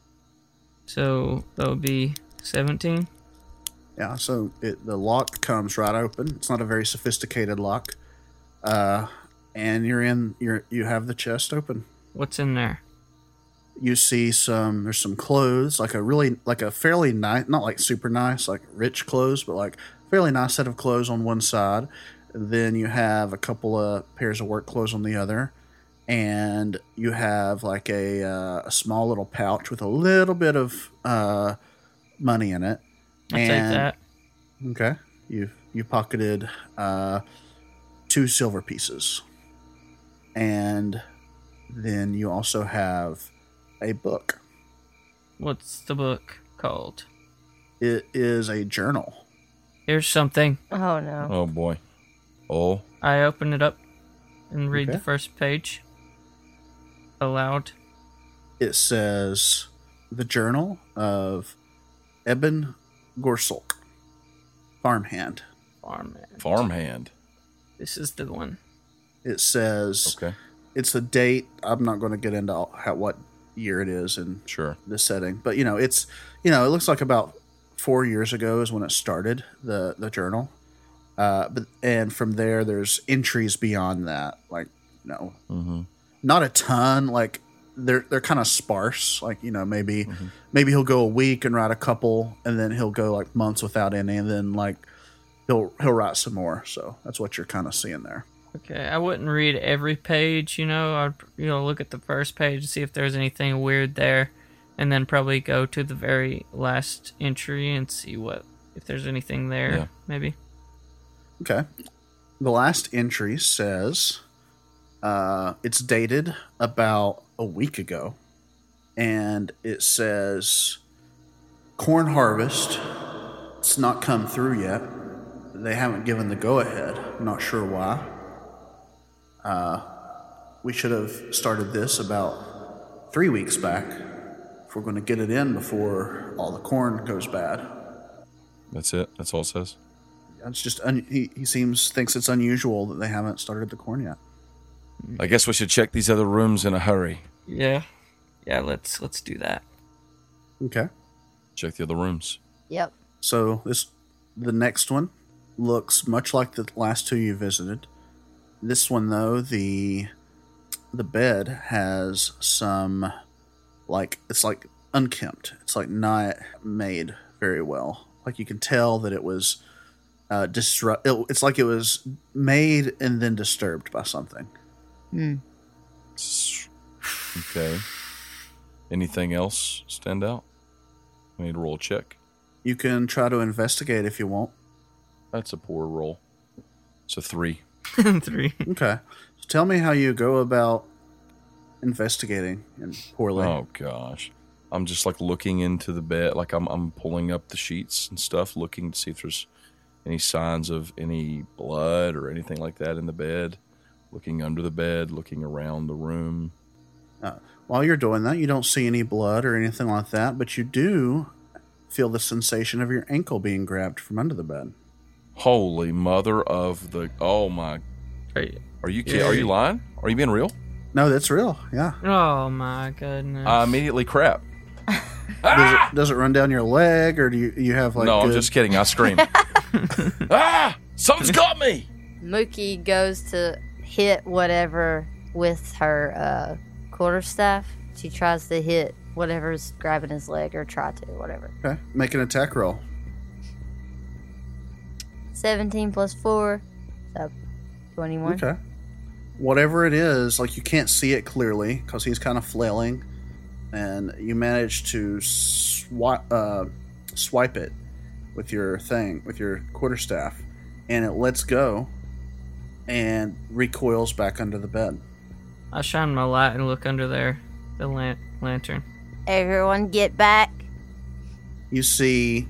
[SPEAKER 1] So that would be 17.
[SPEAKER 4] Yeah, so it, the lock comes right open. It's not a very sophisticated lock, uh, and you're in. You're you have the chest open.
[SPEAKER 1] What's in there?
[SPEAKER 4] You see some. There's some clothes, like a really, like a fairly nice, not like super nice, like rich clothes, but like fairly nice set of clothes on one side. Then you have a couple of pairs of work clothes on the other, and you have like a uh, a small little pouch with a little bit of uh, money in it.
[SPEAKER 1] I'll take
[SPEAKER 4] And-
[SPEAKER 1] that.
[SPEAKER 4] Okay. You you pocketed uh, two silver pieces, and then you also have a book.
[SPEAKER 1] What's the book called?
[SPEAKER 4] It is a journal.
[SPEAKER 1] Here's something.
[SPEAKER 3] Oh no.
[SPEAKER 2] Oh boy. Oh.
[SPEAKER 1] I open it up and read
[SPEAKER 4] Okay.
[SPEAKER 1] the first page aloud.
[SPEAKER 4] It says the journal of Eben Gorsulk, farmhand.
[SPEAKER 1] Farmhand.
[SPEAKER 2] Farmhand.
[SPEAKER 1] This is the one.
[SPEAKER 4] It says
[SPEAKER 2] Okay.
[SPEAKER 4] it's the date. I'm not going to get into all- how, what year it is and
[SPEAKER 2] Sure.
[SPEAKER 4] the setting. But you know, it's you know, it looks like about four years ago is when it started the the journal. Uh, but and from there, there's entries beyond that, like you know,
[SPEAKER 2] Mm-hmm.
[SPEAKER 4] not a ton. Like they're they're kind of sparse. Like you know, maybe
[SPEAKER 2] Mhm.
[SPEAKER 4] maybe he'll go a week and write a couple, and then he'll go like months without any, and then like he'll he'll write some more. So that's what you're kind of seeing there.
[SPEAKER 1] Okay, I wouldn't read every page, you know. I'd you know look at the first page and see if there's anything weird there, and then probably go to the very last entry and see what if there's anything there.
[SPEAKER 2] Yeah.
[SPEAKER 1] Maybe.
[SPEAKER 4] Okay. The last entry says uh, it's dated about a week ago, and it says corn harvest. It's not come through yet. They haven't given the go ahead. I'm not sure why. Uh, we should have started this about three weeks back if we're going to get it in before all the corn goes bad.
[SPEAKER 2] That's it. That's all it says.
[SPEAKER 4] It's just un- he, he seems thinks it's unusual that they haven't started the corn yet.
[SPEAKER 2] I guess we should check these other rooms in a hurry.
[SPEAKER 1] Yeah. Yeah. Let's let's do that.
[SPEAKER 4] Okay.
[SPEAKER 2] Check the other rooms.
[SPEAKER 3] Yep.
[SPEAKER 4] So this the next one looks much like the last two you visited. This one though, the the bed has some like it's like unkempt. It's like not made very well. Like you can tell that it was uh disrupt it, it's like it was made and then disturbed by something.
[SPEAKER 3] Hmm.
[SPEAKER 2] S- Okay. Anything else stand out? I need to roll a check.
[SPEAKER 4] You can try to investigate if you want.
[SPEAKER 2] That's a poor roll. It's a three.
[SPEAKER 1] Three.
[SPEAKER 4] Okay. So tell me how you go about investigating and poorly.
[SPEAKER 2] Oh gosh. I'm just like looking into the bed, like I'm I'm pulling up the sheets and stuff, looking to see if there's any signs of any blood or anything like that in the bed. Looking under the bed, looking around the room.
[SPEAKER 4] While you're doing that, you don't see any blood or anything like that, but you do feel the sensation of your ankle being grabbed from under the bed.
[SPEAKER 2] Holy mother of the oh my
[SPEAKER 1] Right.
[SPEAKER 2] are you kidding? Are you lying? Are you being real?
[SPEAKER 4] No, that's real. Yeah.
[SPEAKER 1] Oh my goodness.
[SPEAKER 2] I immediately crap.
[SPEAKER 4] Does, it, does it run down your leg, or do you, you have like?
[SPEAKER 2] no, I'm
[SPEAKER 4] good-
[SPEAKER 2] just kidding. I scream. ah! Something's got me.
[SPEAKER 3] Mookie goes to hit whatever with her uh, quarterstaff. She tries to hit whatever's grabbing his leg or try to, whatever.
[SPEAKER 4] Okay. Make an attack roll.
[SPEAKER 3] 17 plus 4, so 21.
[SPEAKER 4] Okay. Whatever it is, like you can't see it clearly because he's kind of flailing, and you manage to swipe uh, swipe it with your thing with your quarterstaff, and it lets go and recoils back under the bed.
[SPEAKER 1] I shine my light and look under there, the lan- lantern.
[SPEAKER 3] Everyone get back.
[SPEAKER 4] You see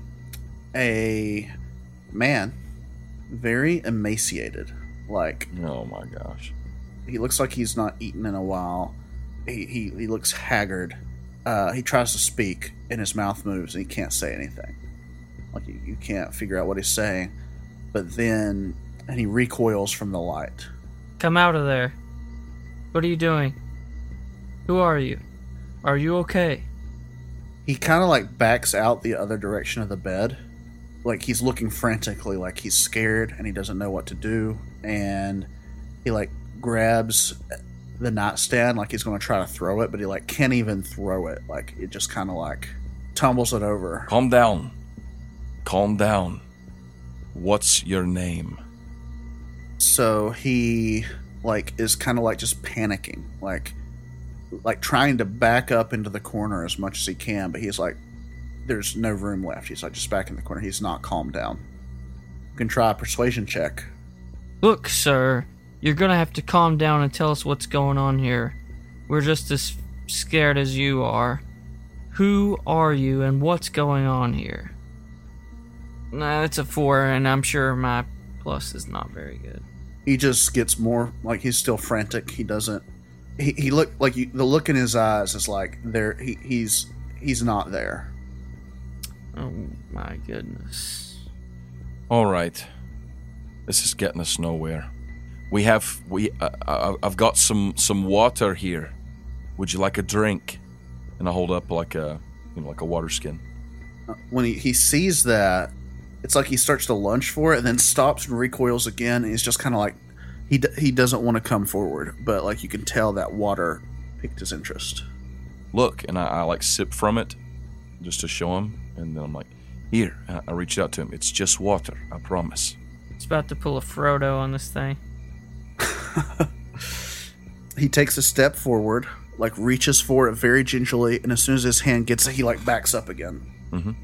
[SPEAKER 4] a man, very emaciated, like
[SPEAKER 2] Oh my gosh.
[SPEAKER 4] He looks like he's not eaten in a while. He he, he looks haggard. Uh, he tries to speak, and his mouth moves, and he can't say anything. Like you, you can't figure out what he's saying. But then, and he recoils from the light.
[SPEAKER 1] Come out of there. What are you doing? Who are you? Are you okay?
[SPEAKER 4] He kind of like backs out the other direction of the bed, like he's looking frantically, like he's scared and he doesn't know what to do. And he like grabs the nightstand, like he's going to try to throw it, but he like can't even throw it. Like it just kind of like tumbles it over.
[SPEAKER 2] Calm down. Calm down. What's your name?
[SPEAKER 4] so he like is kind of like just panicking like like trying to back up into the corner as much as he can but he's like there's no room left he's like just back in the corner he's not calmed down you can try a persuasion check
[SPEAKER 1] Look, sir, you're gonna have to calm down and tell us what's going on here. We're just as scared as you are. Who are you and what's going on here? Nah, that's a four, and I'm sure my plus is not very good.
[SPEAKER 4] he just gets more like he's still frantic he doesn't he, he look like you, the look in his eyes is like there he, he's he's not there
[SPEAKER 1] Oh my goodness.
[SPEAKER 2] All right. This is getting us nowhere. We have we uh, uh, I've got some some water here. Would you like a drink? And I hold up like a you know like a water skin.
[SPEAKER 4] when he, he sees that, it's like he starts to lunge for it and then stops and recoils again. And he's just kind of like, he, d- he doesn't want to come forward, but like you can tell that water picked his interest.
[SPEAKER 2] Look, and I, I like sip from it just to show him and then I'm like, "Here." And I reach out to him. It's just water, I promise.
[SPEAKER 1] It's about to pull a Frodo on this thing.
[SPEAKER 4] He takes a step forward, like reaches for it very gingerly, and as soon as his hand gets it, he like backs up again.
[SPEAKER 2] Mhm.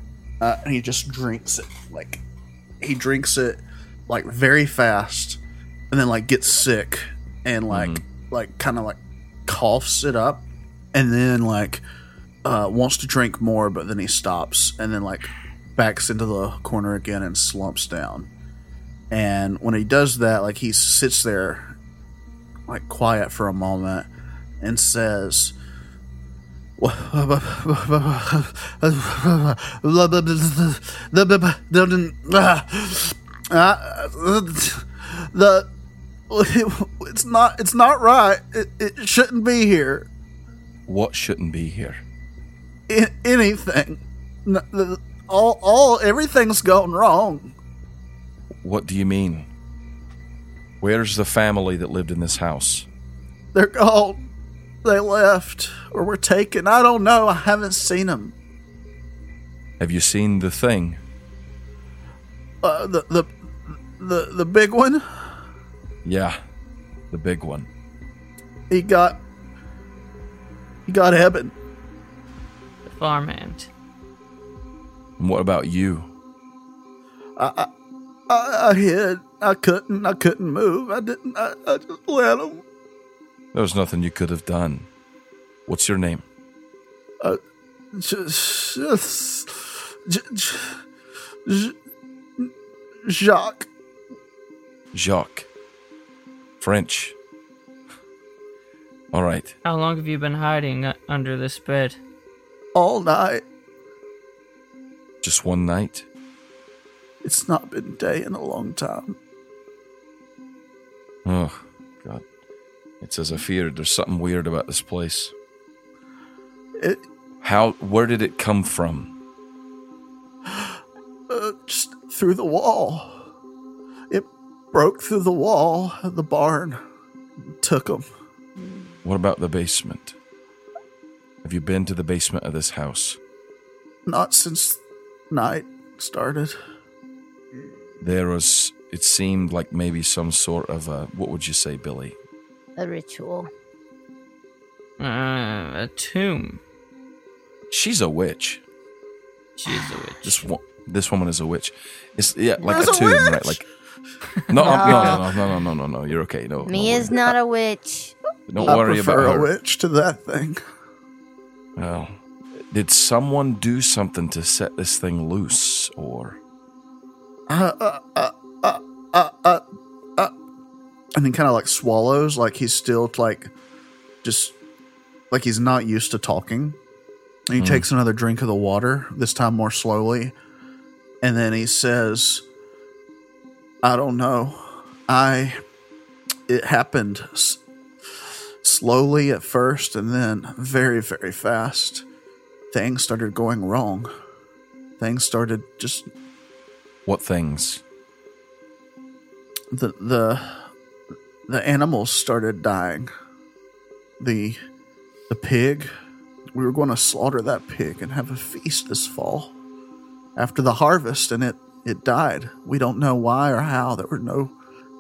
[SPEAKER 4] Uh, and he just drinks it. Like, he drinks it like very fast and then like gets sick and like, like kind of like coughs it up and then like uh, wants to drink more, but then he stops and then like backs into the corner again and slumps down. And when he does that, like he sits there like quiet for a moment and says, the it's not it's not right it, it shouldn't be here
[SPEAKER 2] What shouldn't be here?
[SPEAKER 4] I- anything N- the- all all everything's gone wrong
[SPEAKER 2] What do you mean? Where's the family that lived in this house?
[SPEAKER 4] they're gone they left or were taken i don't know i haven't seen them
[SPEAKER 2] Have you seen the thing?
[SPEAKER 4] uh, the, the the the big one
[SPEAKER 2] Yeah, the big one.
[SPEAKER 4] he got he got heaven
[SPEAKER 1] The farmhand.
[SPEAKER 2] And what about you?
[SPEAKER 4] I, I hid i couldn't i couldn't move i didn't i, I just let him
[SPEAKER 2] There was nothing you could have done. What's your name?
[SPEAKER 4] just just j- j- j- jacques
[SPEAKER 2] Jacques. French. All right.
[SPEAKER 1] How long have you been hiding uh, under this bed?
[SPEAKER 4] all night
[SPEAKER 2] Just one night.
[SPEAKER 4] It's not been day in a long time.
[SPEAKER 2] Oh, God. It's as I feared. There's something weird about this place.
[SPEAKER 4] It
[SPEAKER 2] How, where did it come from?
[SPEAKER 4] uh, just through the wall. It broke through the wall of the barn. Took them.
[SPEAKER 2] What about the basement? Have you been to the basement of this house?
[SPEAKER 4] Not since night started.
[SPEAKER 2] There was, it seemed like maybe some sort of a, what would you say, Billy?
[SPEAKER 3] A ritual.
[SPEAKER 1] Uh, a tomb.
[SPEAKER 2] She's a witch.
[SPEAKER 1] She is a witch.
[SPEAKER 2] This wo- this woman is a witch. It's yeah, like
[SPEAKER 4] As
[SPEAKER 2] a
[SPEAKER 4] a
[SPEAKER 2] tomb, right?
[SPEAKER 4] witch!
[SPEAKER 2] Like no, I'm- no, no, no, no, no, no, no. You're okay. No,
[SPEAKER 3] Me
[SPEAKER 2] don't
[SPEAKER 3] is
[SPEAKER 2] worry.
[SPEAKER 3] not a witch.
[SPEAKER 2] Don't
[SPEAKER 4] I
[SPEAKER 2] worry about
[SPEAKER 4] prefer a
[SPEAKER 2] her.
[SPEAKER 4] witch to that thing.
[SPEAKER 2] Well, did someone do something to set this thing loose, or
[SPEAKER 4] Uh, uh, uh, uh, uh, uh, uh. And then kind of like swallows, like he's still like just like he's not used to talking. And he
[SPEAKER 2] Hmm.
[SPEAKER 4] takes another drink of the water, this time more slowly. And then he says, I don't know. I, it happened s- slowly at first and then very, very fast. Things started going wrong. Things started just
[SPEAKER 2] what things?
[SPEAKER 4] the the the animals started dying. The the pig. We were going to slaughter that pig and have a feast this fall after the harvest, and it it died. We don't know why or how. There were no,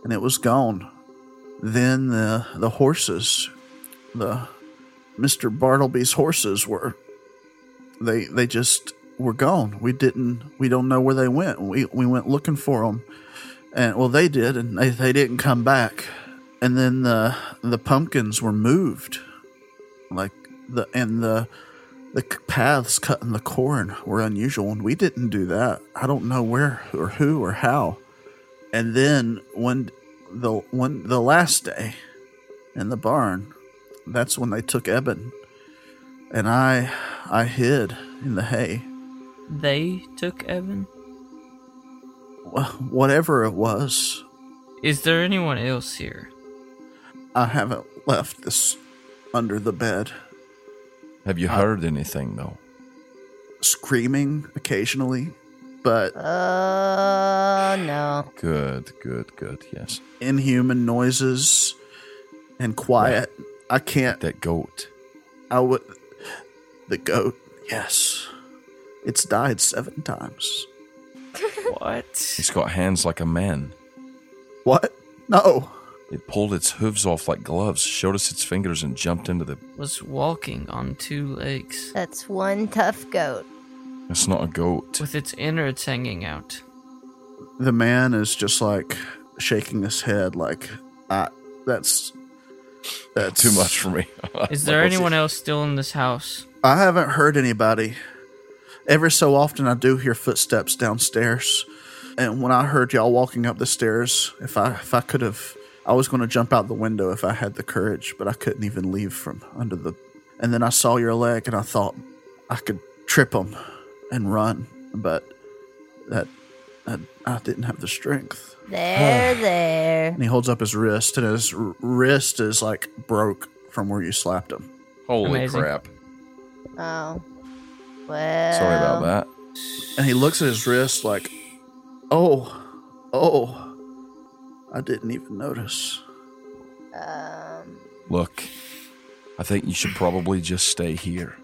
[SPEAKER 4] and it was gone. Then the the horses, the Mister Bartleby's horses were. They they just were gone. We didn't. We don't know where they went. We we went looking for them and well they did and they, they didn't come back and then the the pumpkins were moved like the and the the c- paths cut in the corn were unusual and we didn't do that i don't know where or who or how and then when the when the last day in the barn that's when they took eben and i i hid in the hay
[SPEAKER 1] They took Evan.
[SPEAKER 4] Wh- whatever it was
[SPEAKER 1] Is there anyone else here?
[SPEAKER 4] I haven't left this under the bed.
[SPEAKER 2] Have
[SPEAKER 4] Uh,
[SPEAKER 2] you heard anything though?
[SPEAKER 4] Screaming occasionally, but
[SPEAKER 3] Uh, no.
[SPEAKER 2] Good, good, good. Yes,
[SPEAKER 4] inhuman noises and quiet. I can't.
[SPEAKER 2] that goat.
[SPEAKER 4] I would. The goat, yes. It's died seven times.
[SPEAKER 1] What?
[SPEAKER 2] He's got hands like a man.
[SPEAKER 4] What? No.
[SPEAKER 2] It pulled its hooves off like gloves, showed us its fingers, and jumped into the.
[SPEAKER 1] Was walking on two legs
[SPEAKER 3] That's one tough goat.
[SPEAKER 2] It's not a goat.
[SPEAKER 1] with its innards hanging out.
[SPEAKER 4] The man is just like shaking his head, like, I. That's. That's
[SPEAKER 2] Too much for me.
[SPEAKER 1] Is there anyone else still in this house?
[SPEAKER 4] I haven't heard anybody. Every so often, I do hear footsteps downstairs, and when I heard y'all walking up the stairs, if I if I could have, I was going to jump out the window if I had the courage, but I couldn't even leave from under the. And then I saw your leg, and I thought I could trip him and run, but that, that I didn't have the strength.
[SPEAKER 3] There, there.
[SPEAKER 4] And he holds up his wrist, and his r- wrist is like broke from where you slapped him.
[SPEAKER 2] Holy
[SPEAKER 1] Amazing.
[SPEAKER 2] crap!
[SPEAKER 3] Oh. Well.
[SPEAKER 2] Sorry about that.
[SPEAKER 4] and he looks at his wrist like, "Oh, oh, I didn't even notice."
[SPEAKER 3] Um,
[SPEAKER 2] Look, I think you should probably just stay here.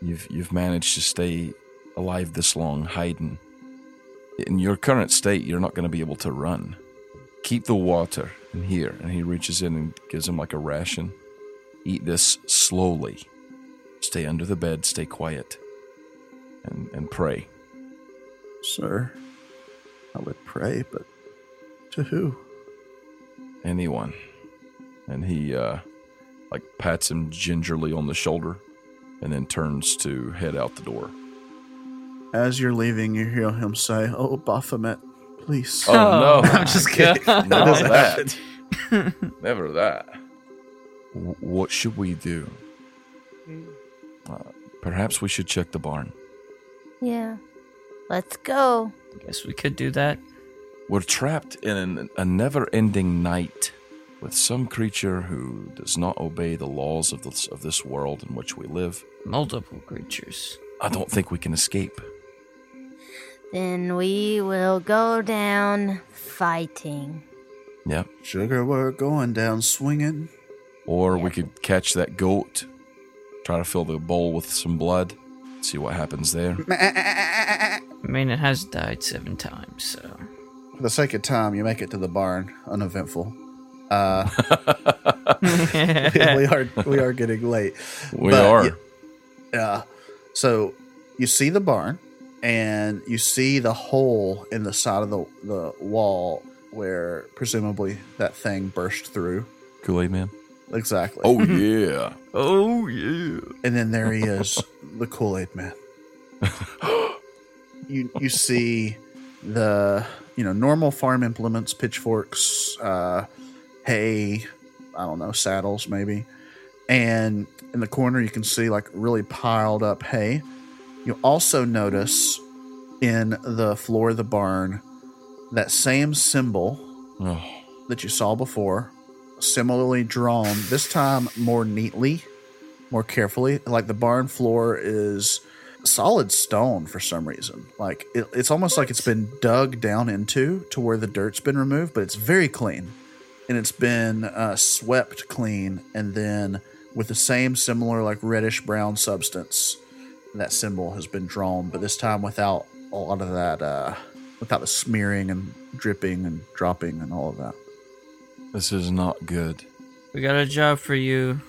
[SPEAKER 2] You've you've managed to stay alive this long, hiding. In your current state, you're not going to be able to run. Keep the water in here, and he reaches in and gives him like a ration. Eat this slowly. Stay under the bed. Stay quiet, and and pray.
[SPEAKER 4] Sir, I would pray, but to who?
[SPEAKER 2] Anyone, and he uh, like pats him gingerly on the shoulder, and then turns to head out the door.
[SPEAKER 4] As you're leaving, you hear him say, "Oh, Baphomet, please."
[SPEAKER 2] Oh, no. I'm
[SPEAKER 1] just kidding.
[SPEAKER 2] Never
[SPEAKER 4] doesn't
[SPEAKER 2] that. Never that. W- What should we do? Uh, perhaps we should check the barn.
[SPEAKER 3] yeah. Let's go.
[SPEAKER 1] I guess we could do that.
[SPEAKER 2] We're trapped in an, a never ending night with some creature who does not obey the laws of this, of this world in which we live.
[SPEAKER 1] Multiple creatures.
[SPEAKER 2] I don't think we can escape.
[SPEAKER 3] Then we will go down fighting.
[SPEAKER 2] Yeah.
[SPEAKER 4] Sugar, we're going down swinging.
[SPEAKER 2] Or we
[SPEAKER 3] Yeah.
[SPEAKER 2] could catch that goat, try to fill the bowl with some blood, see what happens there.
[SPEAKER 1] I mean, it has died seven times, so.
[SPEAKER 4] For the sake of time, you make it to the barn, uneventful. Uh, we are we are getting late.
[SPEAKER 2] We
[SPEAKER 4] But,
[SPEAKER 2] are.
[SPEAKER 4] Yeah. Uh, So you see the barn and you see the hole in the side of the, the wall where presumably that thing burst through.
[SPEAKER 2] Kool Aid Man.
[SPEAKER 4] Exactly.
[SPEAKER 2] Oh yeah. oh yeah.
[SPEAKER 4] And then there he is, the Kool Aid Man. you you see the you know normal farm implements, pitchforks, uh, hay, I don't know saddles maybe, and in the corner you can see like really piled up hay. You also notice in the floor of the barn that same symbol
[SPEAKER 2] Oh,
[SPEAKER 4] that you saw before, similarly drawn, this time more neatly, more carefully. Like the barn floor is solid stone for some reason. Like it, it's almost like it's been dug down into to where the dirt's been removed, but it's very clean and it's been uh, swept clean and then with the same similar like reddish brown substance that symbol has been drawn but this time without a lot of that uh, without the smearing and dripping and dropping and all of that
[SPEAKER 2] this is not good.
[SPEAKER 1] We got a job for you,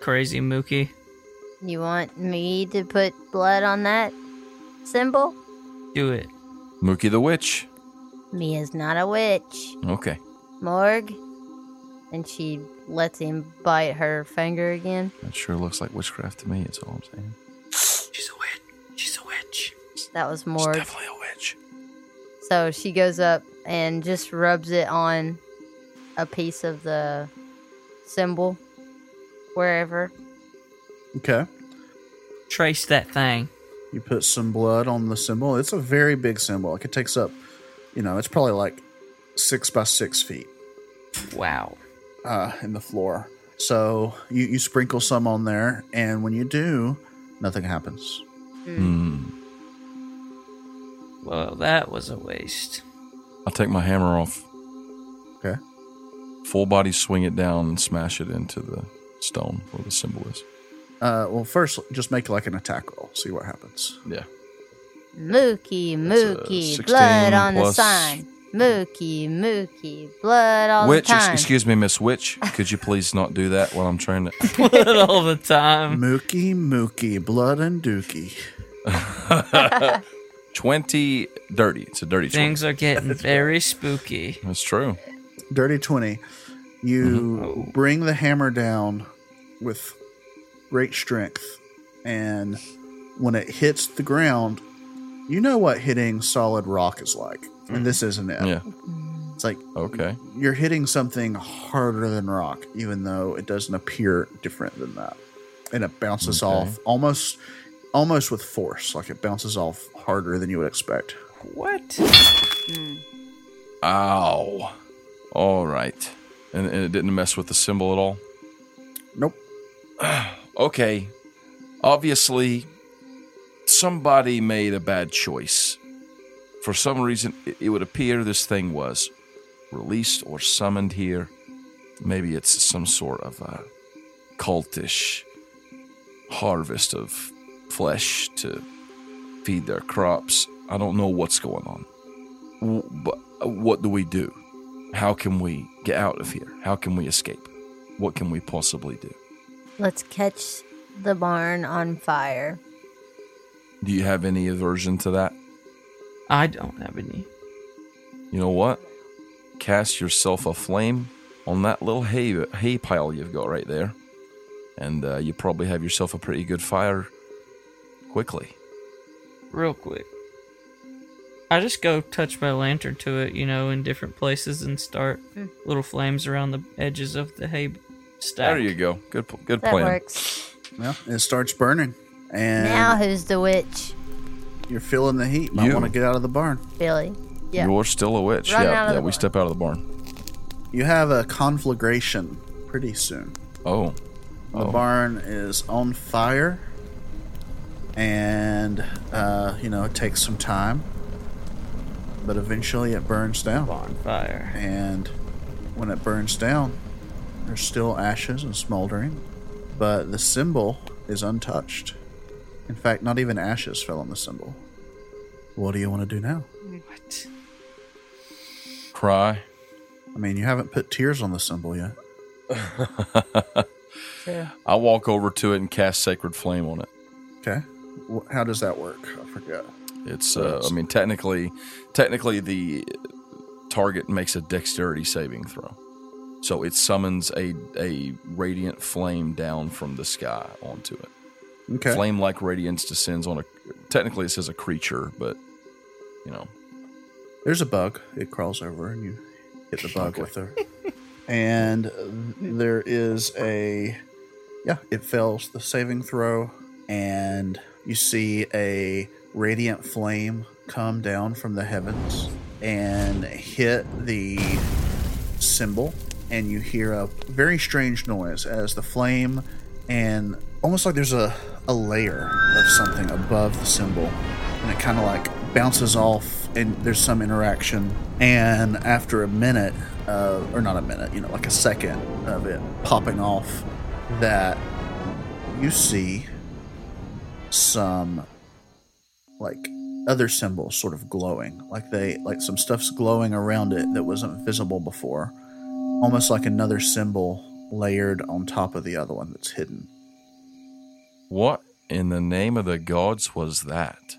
[SPEAKER 1] crazy Mookie.
[SPEAKER 3] You want me to put blood on that symbol?
[SPEAKER 1] Do it.
[SPEAKER 2] Mookie the Witch.
[SPEAKER 3] Me is not a witch.
[SPEAKER 2] Okay.
[SPEAKER 3] Morg. And she lets him bite her finger again.
[SPEAKER 2] That sure looks like witchcraft to me. That's all I'm saying.
[SPEAKER 1] She's a witch. She's a witch.
[SPEAKER 3] That was
[SPEAKER 2] She's
[SPEAKER 3] Morg.
[SPEAKER 2] definitely a witch.
[SPEAKER 3] So she goes up and just rubs it on a piece of the symbol, wherever.
[SPEAKER 4] okay
[SPEAKER 1] Trace that thing.
[SPEAKER 4] you put some blood on the symbol it's a very big symbol like it takes up you know it's probably like six by six feet
[SPEAKER 1] Wow.
[SPEAKER 4] uh, in the floor so you, you sprinkle some on there and when you do nothing happens
[SPEAKER 2] Hmm.
[SPEAKER 1] Well, that was a waste.
[SPEAKER 2] I'll take my hammer off.
[SPEAKER 4] Okay.
[SPEAKER 2] Full body swing it down and smash it into the stone where the symbol is.
[SPEAKER 4] Uh, well, first, just make like an attack roll. See what happens.
[SPEAKER 2] Yeah.
[SPEAKER 3] Mookie,
[SPEAKER 2] That's a
[SPEAKER 3] Mookie,
[SPEAKER 2] 16
[SPEAKER 3] blood on the
[SPEAKER 2] plus-
[SPEAKER 3] sign. Mookie, Mookie, blood all
[SPEAKER 2] Witch,
[SPEAKER 3] the
[SPEAKER 2] ex-
[SPEAKER 3] time.
[SPEAKER 2] excuse me, Miss Witch. Could you please not do that while I'm trying to.
[SPEAKER 1] Blood all the time.
[SPEAKER 4] Mookie, Mookie, blood and dookie.
[SPEAKER 2] 20 dirty. It's a dirty
[SPEAKER 1] Things are getting very spooky.
[SPEAKER 2] 20. That's true.
[SPEAKER 4] Dirty twenty. You
[SPEAKER 2] Mm-hmm.
[SPEAKER 1] Mhm.
[SPEAKER 4] bring the hammer down with great strength, and when it hits the ground, you know what hitting solid rock is like. And this isn't it.
[SPEAKER 2] Mm-hmm. Yeah.
[SPEAKER 4] It's like
[SPEAKER 2] Okay.
[SPEAKER 4] you're hitting something harder than rock, even though it doesn't appear different than that. And it bounces
[SPEAKER 2] Okay.
[SPEAKER 4] off almost, almost with force. Like it bounces off harder than you would expect.
[SPEAKER 1] What?
[SPEAKER 2] Ow. All right. And, and it didn't mess with the symbol at all?
[SPEAKER 4] Nope.
[SPEAKER 2] okay, obviously somebody made a bad choice. For some reason, it, it would appear this thing was released or summoned here. Maybe it's some sort of a cultish harvest of flesh to feed their crops. I don't know what's going on. W- But uh, what do we do? How can we get out of here? How can we escape? What can we possibly do?
[SPEAKER 3] Let's catch the barn on fire.
[SPEAKER 2] Do you have any aversion to that?
[SPEAKER 1] I don't have any.
[SPEAKER 2] You know what? Cast yourself aflame on that little hay hay pile you've got right there, and uh, you probably have yourself a pretty good fire quickly.
[SPEAKER 1] Real quick. I just go touch my lantern to it, you know, in different places and start
[SPEAKER 2] Hmm.
[SPEAKER 1] little flames around the edges of the hay stack.
[SPEAKER 2] There you go. Good p- good
[SPEAKER 3] That
[SPEAKER 2] plan.
[SPEAKER 3] works.
[SPEAKER 4] Yeah. And it starts burning. And
[SPEAKER 3] Now who's the witch?
[SPEAKER 4] you're feeling the heat. Might
[SPEAKER 2] You.
[SPEAKER 4] want to get out of the barn.
[SPEAKER 3] Billy. Yeah.
[SPEAKER 2] You're still a witch.
[SPEAKER 3] Run out
[SPEAKER 2] yeah,
[SPEAKER 3] of
[SPEAKER 2] yeah.
[SPEAKER 3] the
[SPEAKER 2] We
[SPEAKER 3] barn.
[SPEAKER 2] step out of the barn.
[SPEAKER 4] You have a conflagration pretty soon.
[SPEAKER 2] Oh,
[SPEAKER 4] The
[SPEAKER 2] Oh.
[SPEAKER 4] barn is on fire, and uh, you know it takes some time, but eventually it burns down.
[SPEAKER 1] Bonfire.
[SPEAKER 4] and when it burns down, there's still ashes and smoldering, but the symbol is untouched. In fact, not even ashes fell on the symbol. What do you want to do now?
[SPEAKER 1] What?
[SPEAKER 2] cry.
[SPEAKER 4] I mean, you haven't put tears on the symbol yet.
[SPEAKER 2] I walk over to it and cast sacred flame on it.
[SPEAKER 4] Okay. Wh- How does that work? I forget.
[SPEAKER 2] It's uh, I mean technically technically the target makes a dexterity saving throw. So it summons a a radiant flame down from the sky onto it.
[SPEAKER 4] Okay.
[SPEAKER 2] Flame like radiance descends on a technically it says a creature, but you know,
[SPEAKER 4] There's a bug. It crawls over and you hit the bug
[SPEAKER 2] Okay.
[SPEAKER 4] with her. and uh, there is a yeah, it fails the saving throw and you see a radiant flame come down from the heavens and hit the symbol and you hear a very strange noise as the flame and almost like there's a, a layer of something above the symbol and it kind of like bounces off and there's some interaction and after a minute uh, or not a minute you know like a second of it popping off that you see some like other symbols sort of glowing like they like some stuff's glowing around it that wasn't visible before almost like another symbol layered on top of the other one that's hidden
[SPEAKER 2] what in the name of the gods was that?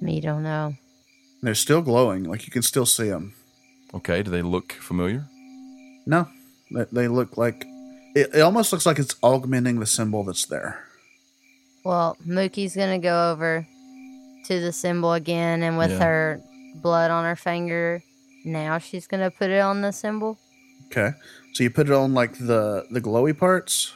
[SPEAKER 3] Me don't know.
[SPEAKER 4] And they're still glowing like you can still see them
[SPEAKER 2] Okay, do they look familiar?
[SPEAKER 4] no they, they look like it, it almost looks like it's augmenting the symbol that's there
[SPEAKER 3] Well, Mookie's gonna go over to the symbol again, and with
[SPEAKER 2] Yeah.
[SPEAKER 3] her blood on her finger, now she's gonna put it on the symbol.
[SPEAKER 4] okay so you put it on like the the glowy parts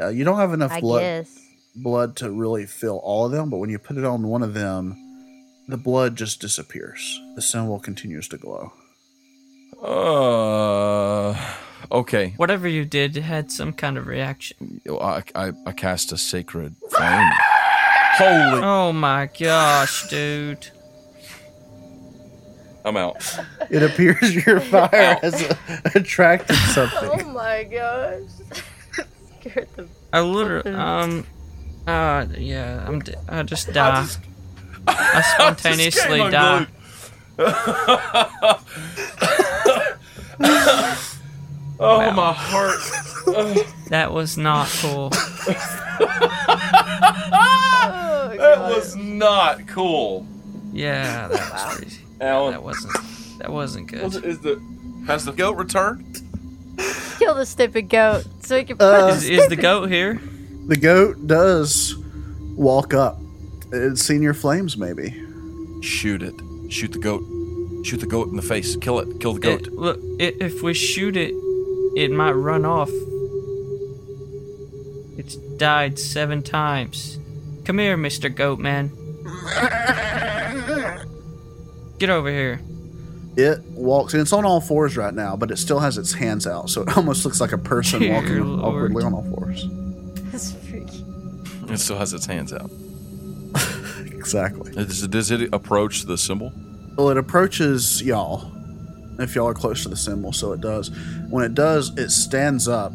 [SPEAKER 4] uh, you don't have enough
[SPEAKER 3] I
[SPEAKER 4] blood
[SPEAKER 3] guess.
[SPEAKER 4] blood to really fill all of them, but when you put it on one of them, the blood just disappears. The symbol continues to glow.
[SPEAKER 2] Uh okay.
[SPEAKER 1] Whatever you did had some kind of reaction.
[SPEAKER 2] I, I, I cast a sacred flame. Holy
[SPEAKER 1] Oh my gosh, dude.
[SPEAKER 2] I'm out.
[SPEAKER 4] It appears your fire has attracted something.
[SPEAKER 3] Oh my gosh! Scared the.
[SPEAKER 1] I literally, um, uh, yeah, I'm, d- I just die. I, spontaneously die.
[SPEAKER 2] Oh my heart.
[SPEAKER 1] That was not cool.
[SPEAKER 2] Ah,
[SPEAKER 3] Oh
[SPEAKER 2] That was not cool.
[SPEAKER 1] Yeah, that was crazy. That
[SPEAKER 2] Alan
[SPEAKER 1] wasn't, that wasn't good.
[SPEAKER 2] is the has the goat returned?
[SPEAKER 3] Kill the stupid goat so we can. Put
[SPEAKER 4] Uh,
[SPEAKER 1] Is, is the goat here?
[SPEAKER 4] The goat does walk up. It's seen your flames, maybe.
[SPEAKER 2] Shoot it. Shoot the goat. Shoot the goat in the face. Kill it. Kill the goat.
[SPEAKER 1] It- look, i if we shoot it, it might run off. It's died seven times. Come here, Mr. Goatman. Get over here.
[SPEAKER 4] It walks, and it's on all fours right now, but it still has its hands out, so it almost looks like a person
[SPEAKER 1] Dear
[SPEAKER 4] walking
[SPEAKER 1] Lord.
[SPEAKER 4] awkwardly on all fours.
[SPEAKER 3] this freaking.
[SPEAKER 2] It still has its hands out.
[SPEAKER 4] Exactly.
[SPEAKER 2] Does it, does it approach the symbol?
[SPEAKER 4] Well, it approaches y'all if y'all are close to the symbol, so it does. When it does, it stands up,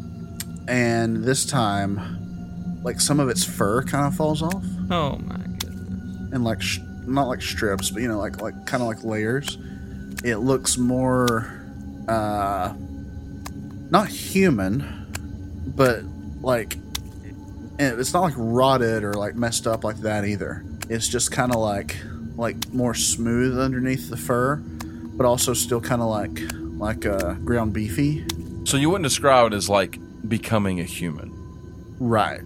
[SPEAKER 4] and this time, like some of its fur kind of falls off,
[SPEAKER 1] Oh my goodness.
[SPEAKER 4] and like sh- not like strips, but you know, like like kind of like layers. It looks more, uh, not human, but like and it's not like rotted or like messed up like that either. It's just kind of like like more smooth underneath the fur, but also still kind of like like uh, ground beefy.
[SPEAKER 2] So you wouldn't describe it as like becoming a human,
[SPEAKER 4] Right.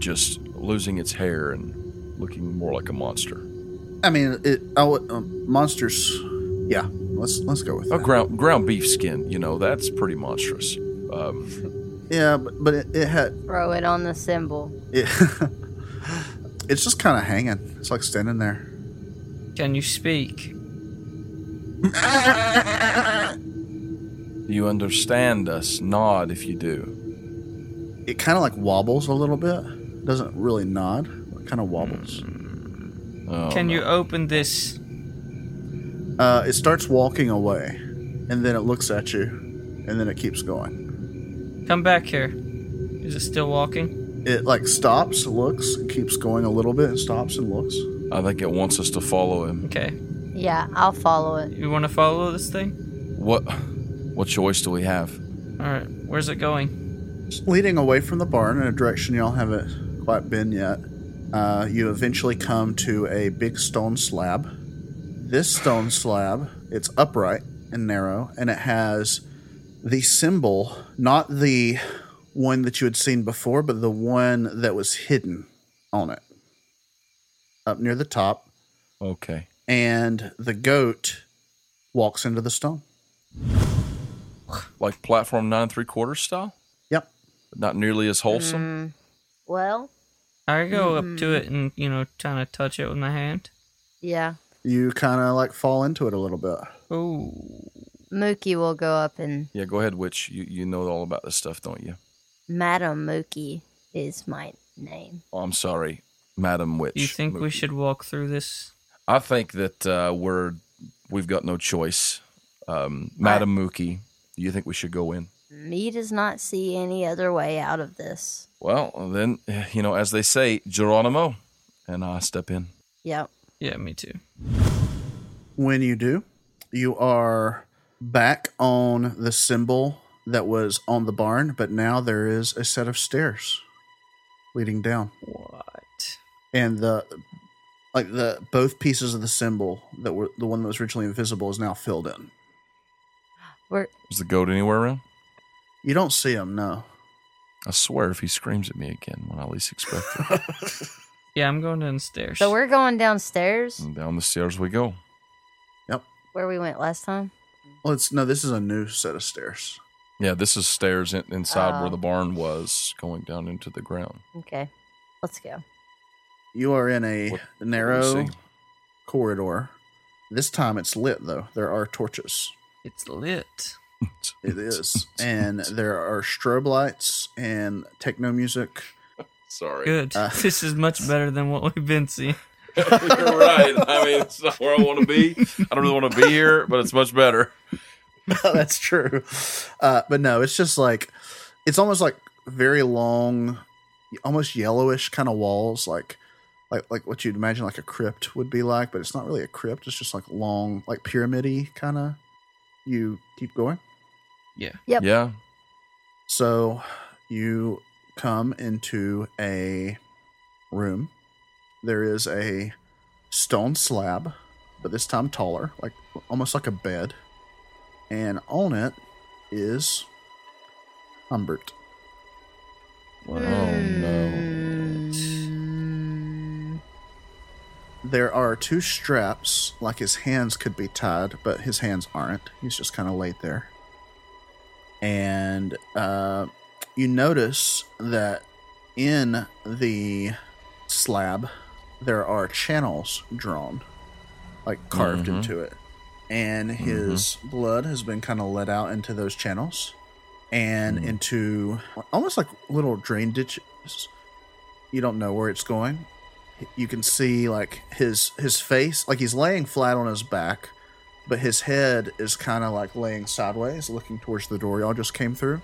[SPEAKER 2] just losing its hair and looking more like a monster.
[SPEAKER 4] I mean, it. I would, um, monsters. Yeah. Let's let's go with
[SPEAKER 2] Oh,
[SPEAKER 4] that.
[SPEAKER 2] ground ground beef skin. You know that's pretty monstrous. Um,
[SPEAKER 4] Yeah, but, but it, it had
[SPEAKER 3] Throw it on the symbol.
[SPEAKER 4] it. it's just kind of hanging. It's like standing there.
[SPEAKER 1] Can you speak?
[SPEAKER 2] do you understand us? Nod if you do.
[SPEAKER 4] It kind of like wobbles a little bit. Doesn't really nod. Kind of wobbles.
[SPEAKER 2] Oh,
[SPEAKER 1] Can
[SPEAKER 2] no.
[SPEAKER 1] you open this?
[SPEAKER 4] Uh, it starts walking away, and then it looks at you, and then it keeps going.
[SPEAKER 1] Come back here. Is it still walking?
[SPEAKER 4] It like stops, looks, and keeps going a little bit, and stops and looks.
[SPEAKER 2] I think it wants us to follow him.
[SPEAKER 1] Okay.
[SPEAKER 3] Yeah, I'll follow it.
[SPEAKER 1] You want to follow this thing?
[SPEAKER 2] What what choice do we have?
[SPEAKER 1] All right. Where's it going?
[SPEAKER 4] It's leading away from the barn in a direction y'all haven't quite been yet. Uh, you eventually come to a big stone slab. This stone slab, it's upright and narrow, and it has the symbol, not the one that you had seen before, but the one that was hidden on it up near the top.
[SPEAKER 2] Okay.
[SPEAKER 4] And the goat walks into the stone.
[SPEAKER 2] Like platform nine and three quarters style?
[SPEAKER 4] Yep.
[SPEAKER 2] Not nearly as wholesome?
[SPEAKER 1] Mm.
[SPEAKER 3] Well,
[SPEAKER 1] I go up to it and you know, kind of touch it with my hand.
[SPEAKER 3] yeah.
[SPEAKER 4] You kind of like fall into it a little bit.
[SPEAKER 1] Oh,
[SPEAKER 3] Mookie will go up and
[SPEAKER 2] Yeah, go ahead, Witch. You, you know all about this stuff, don't you?
[SPEAKER 3] Madam Mookie is my name.
[SPEAKER 2] Oh, I'm sorry, Madam Witch.
[SPEAKER 1] do you think we
[SPEAKER 2] Mookie.
[SPEAKER 1] should walk through this?
[SPEAKER 2] I think that uh, we're we've got no choice. Um, Madam Mookie, do you think we should go in?
[SPEAKER 3] Me does not see any other way out of this.
[SPEAKER 2] Well, then you know, as they say, Geronimo, and I step in.
[SPEAKER 3] Yep.
[SPEAKER 1] Yeah, me too.
[SPEAKER 4] When you do, you are back on the symbol that was on the barn, but now there is a set of stairs leading down.
[SPEAKER 1] What?
[SPEAKER 4] And the like the both pieces of the symbol that were the one that was originally invisible is now filled in.
[SPEAKER 3] We're
[SPEAKER 2] Is the goat anywhere around?
[SPEAKER 4] You don't see them, no.
[SPEAKER 2] I swear, if he screams at me again when I least expect it,
[SPEAKER 1] Yeah, I'm going down the stairs.
[SPEAKER 3] so we're going downstairs
[SPEAKER 2] and down the stairs we go.
[SPEAKER 4] Yep.
[SPEAKER 3] where we went last time.
[SPEAKER 4] Well, it's no. This is a new set of stairs.
[SPEAKER 2] Yeah, this is stairs in, inside where
[SPEAKER 4] Ah.
[SPEAKER 3] Oh.
[SPEAKER 2] the barn was, going down into the ground.
[SPEAKER 3] Okay. Let's go.
[SPEAKER 4] You are in a
[SPEAKER 2] What-
[SPEAKER 4] narrow
[SPEAKER 2] see.
[SPEAKER 4] corridor. This time it's lit though. There are torches.
[SPEAKER 1] it's lit.
[SPEAKER 4] It is, and there are strobe lights and techno music.
[SPEAKER 2] Sorry.
[SPEAKER 1] Good.
[SPEAKER 4] Uh.
[SPEAKER 1] this is much better than what we've been seeing.
[SPEAKER 2] You're right. I mean, it's not where I want to be. I don't really want to be here, but it's much better.
[SPEAKER 4] That's true. Uh, but no, it's just like it's almost like very long, almost yellowish kind of walls, like like like what you'd imagine like a crypt would be like. But it's not really a crypt. It's just like long, like pyramidy kind of. You keep going.
[SPEAKER 1] Yeah.
[SPEAKER 3] Yep.
[SPEAKER 2] Yeah.
[SPEAKER 4] So you come into a room. There is a stone slab, but this time taller, like almost like a bed. And on it is Humbert.
[SPEAKER 2] Oh no.
[SPEAKER 4] Hmm. There are two straps, like his hands could be tied, but his hands aren't. He's just kind of laid there. And uh, you notice that in the slab, there are channels drawn, like carved
[SPEAKER 2] Mhm.
[SPEAKER 4] into it. And his blood has been kind of let out into those channels and
[SPEAKER 2] Mhm.
[SPEAKER 4] into almost like little drain ditches. You don't know where it's going, you can see like his his face like he's laying flat on his back but his head is kind of like laying sideways looking towards the door y'all just came through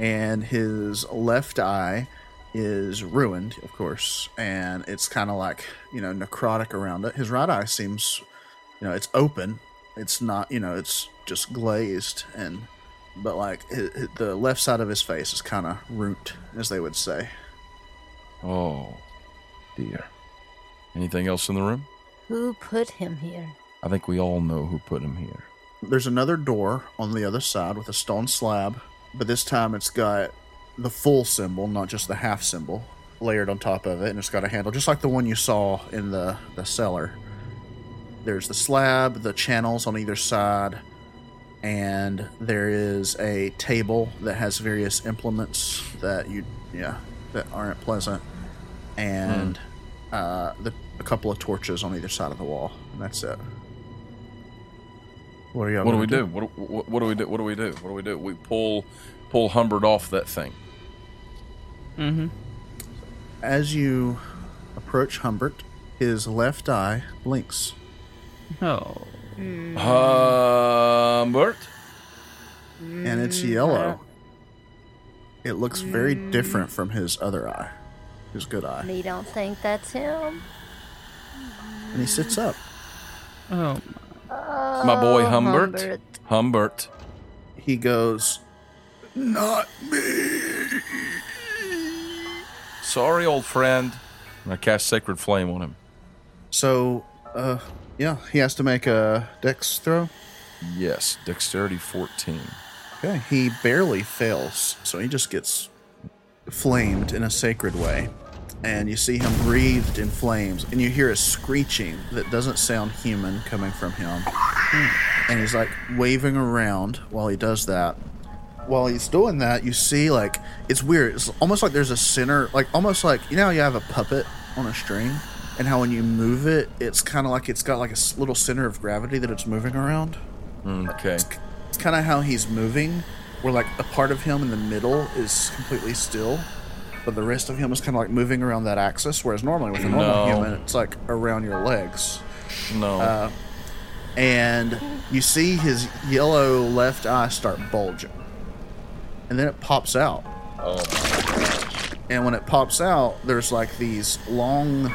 [SPEAKER 4] and his left eye is ruined of course and it's kind of like you know necrotic around it his right eye seems you know it's open it's not you know it's just glazed and but like hi hi- the left side of his face is kind of root as they would say
[SPEAKER 2] Oh dear. Anything else in the room?
[SPEAKER 3] Who put him here?
[SPEAKER 2] I think we all know who put him here.
[SPEAKER 4] There's another door on the other side with a stone slab, but this time it's got the full symbol, not just the half symbol, layered on top of it, and it's got a handle, just like the one you saw in the, the cellar. There's the slab, the channels on either side, and there is a table that has various implements that you, yeah, that aren't pleasant, and
[SPEAKER 2] Hmm.
[SPEAKER 4] uh, the, a couple of torches on either side of the wall, and that's it. What are y'all?
[SPEAKER 2] What do
[SPEAKER 4] gonna
[SPEAKER 2] we do? What, do- what, what do we do? What do we do? What do we do? We pull pull Humbert off that thing.
[SPEAKER 1] Mm-hmm.
[SPEAKER 4] As you approach Humbert, his left eye blinks.
[SPEAKER 1] Oh.
[SPEAKER 2] Humbert.
[SPEAKER 4] and it's yellow. It looks very different from his other eye, his good eye.
[SPEAKER 3] Me don't think that's him.
[SPEAKER 4] And he sits up.
[SPEAKER 1] Oh.
[SPEAKER 2] My boy
[SPEAKER 3] Oh,
[SPEAKER 2] Humbert.
[SPEAKER 3] Humbert.
[SPEAKER 2] Humbert.
[SPEAKER 4] He goes, Not me.
[SPEAKER 2] Sorry, old friend. And I cast Sacred Flame on him.
[SPEAKER 4] So, uh, yeah, he has to make a dex throw.
[SPEAKER 2] Yes, Dexterity 14.
[SPEAKER 4] Okay, he barely fails, so he just gets flamed in a sacred way. And you see him breathed in flames, and you hear a screeching that doesn't sound human coming from him. And he's like waving around while he does that. While he's doing that, you see like it's weird. It's almost like there's a center, like almost like you know how you have a puppet on a string, and how when you move it, it's kind of like it's got like a s- little center of gravity that it's moving around
[SPEAKER 2] Okay.
[SPEAKER 4] it's kind of how he's moving where like a part of him in the middle is completely still but the rest of him is kind of like moving around that axis whereas normally with a normal
[SPEAKER 2] No.
[SPEAKER 4] human it's like around your legs
[SPEAKER 2] No.
[SPEAKER 4] and you see his yellow left eye start bulging and then it pops out
[SPEAKER 2] oh,
[SPEAKER 4] and when it pops out there's like these long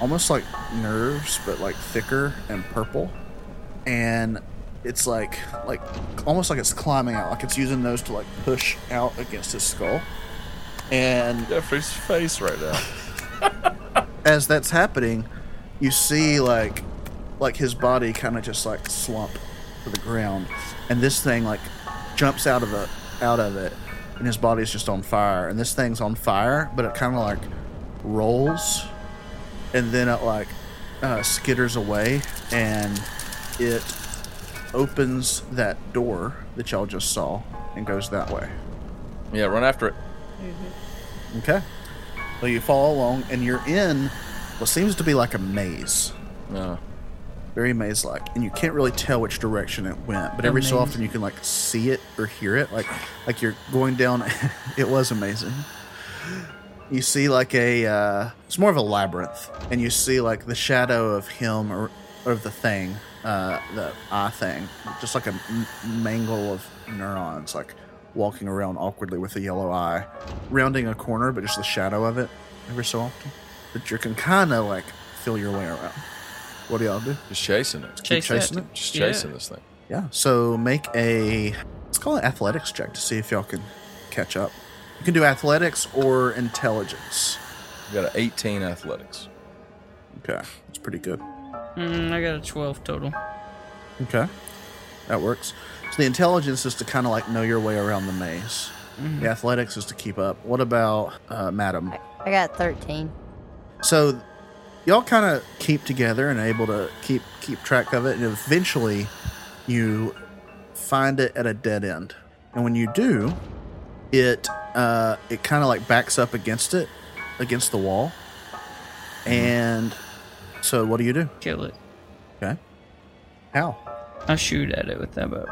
[SPEAKER 4] almost like nerves but like thicker and purple and it's like like almost like it's climbing out like it's using those to like push out against his skull and
[SPEAKER 2] Jeffrey's face right now.
[SPEAKER 4] as that's happening you see like like his body kind of just like slump to the ground and this thing like jumps out of the out of it and his body's just on fire and this thing's on fire but it kind of like rolls and then it like uh, skitters away and it opens that door that y'all just saw and goes that way
[SPEAKER 2] Yeah, run after it.
[SPEAKER 4] okay so you follow along and you're in what seems to be like a maze
[SPEAKER 2] Uh,
[SPEAKER 4] very maze like and you can't really tell which direction it went but every so
[SPEAKER 1] Amazing.
[SPEAKER 4] often you can like see it or hear it like like you're going down it was amazing you see like a uh, it's more of a labyrinth and you see like the shadow of him or of the thing uh, the eye thing just like a m- mangle of neurons like walking around awkwardly with a yellow eye rounding a corner but just the shadow of it every so often but you can kind of like feel your way around what do y'all do
[SPEAKER 2] just chasing it.
[SPEAKER 1] Chase
[SPEAKER 4] chasing it?
[SPEAKER 2] Just
[SPEAKER 1] Yeah.
[SPEAKER 2] chasing this thing.
[SPEAKER 4] Yeah. So make a let's call it athletics check to see if y'all can catch up. You can do athletics or intelligence.
[SPEAKER 2] We got an 18 athletics.
[SPEAKER 4] Okay, that's pretty good.
[SPEAKER 1] Mm, I got a 12 total.
[SPEAKER 4] Okay, that works. So the intelligence is to kind of like know your way around the maze. The athletics is to keep up. What about uh, Madam?
[SPEAKER 3] I, I got 13.
[SPEAKER 4] So y'all kind of keep together and able to keep keep track of it, and eventually you find it at a dead end. And when you do, it uh, it kind of like backs up against it, against the wall. And so, what do you do?
[SPEAKER 1] Kill it.
[SPEAKER 4] Okay, how?
[SPEAKER 1] I shoot at it with that bow.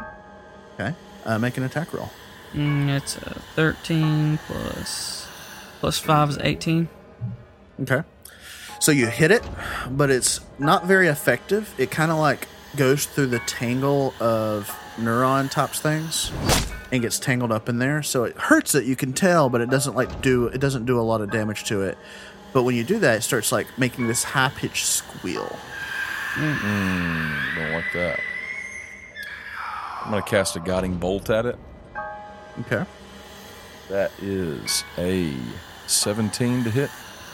[SPEAKER 4] Okay, uh, make an attack roll.
[SPEAKER 1] Mm, that's a 13 plus plus 5 is 18.
[SPEAKER 4] Okay. So you hit it, but it's not very effective. It kind of like goes through the tangle of neuron tops things and gets tangled up in there. So it hurts it, you can tell, but it doesn't like do it doesn't do a lot of damage to it. But when you do that, it starts like making this high pitched squeal.
[SPEAKER 2] Don't like that. I'm going to cast a Guiding Bolt at it.
[SPEAKER 4] Okay.
[SPEAKER 2] That is a 17 to hit.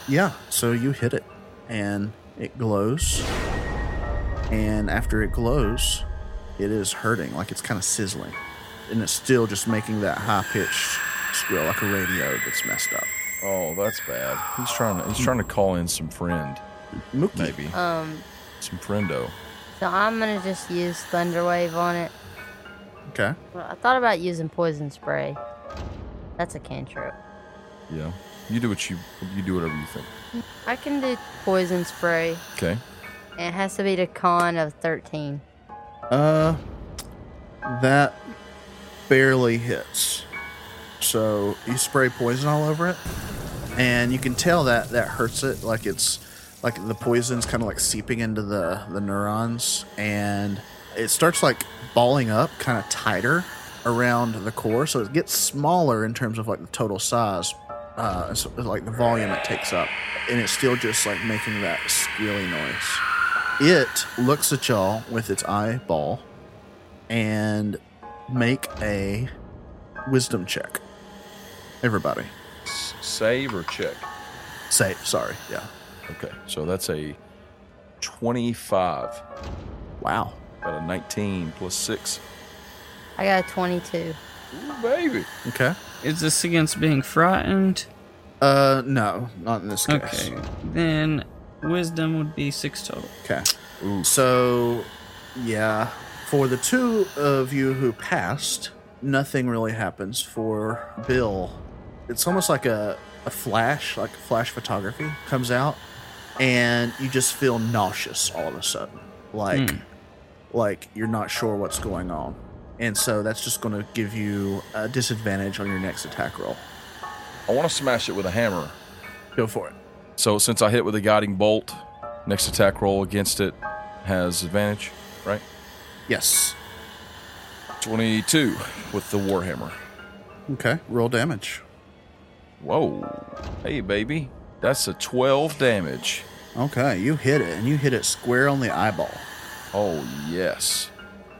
[SPEAKER 4] Yeah, so you hit it and it glows. And after it glows, it is hurting, like it's kind of sizzling. And it's still just making that high pitched squeal like a radio that's messed up.
[SPEAKER 2] Oh, that's bad. He's trying to he's trying to call in some friend,
[SPEAKER 4] Mookie.
[SPEAKER 2] maybe.
[SPEAKER 3] Um,
[SPEAKER 2] some friendo.
[SPEAKER 3] so I'm gonna just use Thunder Wave on it.
[SPEAKER 4] Okay.
[SPEAKER 3] Well, I thought about using Poison Spray. That's a cantrip.
[SPEAKER 2] Yeah. You do what you you do whatever you think.
[SPEAKER 3] I can do Poison Spray.
[SPEAKER 2] Okay.
[SPEAKER 3] and It has to be the con of 13.
[SPEAKER 4] Uh, that barely hits. So you spray poison all over it, and you can tell that that hurts it. Like it's like the poison's kind of like seeping into the the neurons, and it starts like balling up, kind of tighter around the core. So it gets smaller in terms of like the total size, uh, so, like the volume it takes up, and it's still just like making that squealy noise. It looks at y'all with its eyeball and make a wisdom check. Everybody.
[SPEAKER 2] S- save or check.
[SPEAKER 4] Save. Sorry. Yeah.
[SPEAKER 2] Okay, so that's a 25,
[SPEAKER 4] Wow.
[SPEAKER 2] about a 19 plus 6.
[SPEAKER 3] I got a 22.
[SPEAKER 2] Ooh, baby.
[SPEAKER 4] Okay.
[SPEAKER 1] Is this against being frightened?
[SPEAKER 4] Uh, no, not in this case.
[SPEAKER 1] Okay. Then wisdom would be six total.
[SPEAKER 4] Okay.
[SPEAKER 2] Ooh.
[SPEAKER 4] So, yeah, for the two of you who passed, nothing really happens. For Bill, it's almost like a, a flash, like flash photography comes out, and you just feel nauseous all of a sudden. Like, like you're not sure what's going on. And so that's just going to give you a disadvantage on your next attack roll.
[SPEAKER 2] I want to smash it with a hammer.
[SPEAKER 4] Go for it.
[SPEAKER 2] So since I hit with a guiding bolt, next attack roll against it has advantage, right?
[SPEAKER 4] Yes.
[SPEAKER 2] 22 with the warhammer.
[SPEAKER 4] Okay. Roll damage.
[SPEAKER 2] Whoa. Hey, baby. That's a 12 damage.
[SPEAKER 4] Okay. You hit it, and you hit it square on the eyeball.
[SPEAKER 2] Oh, yes.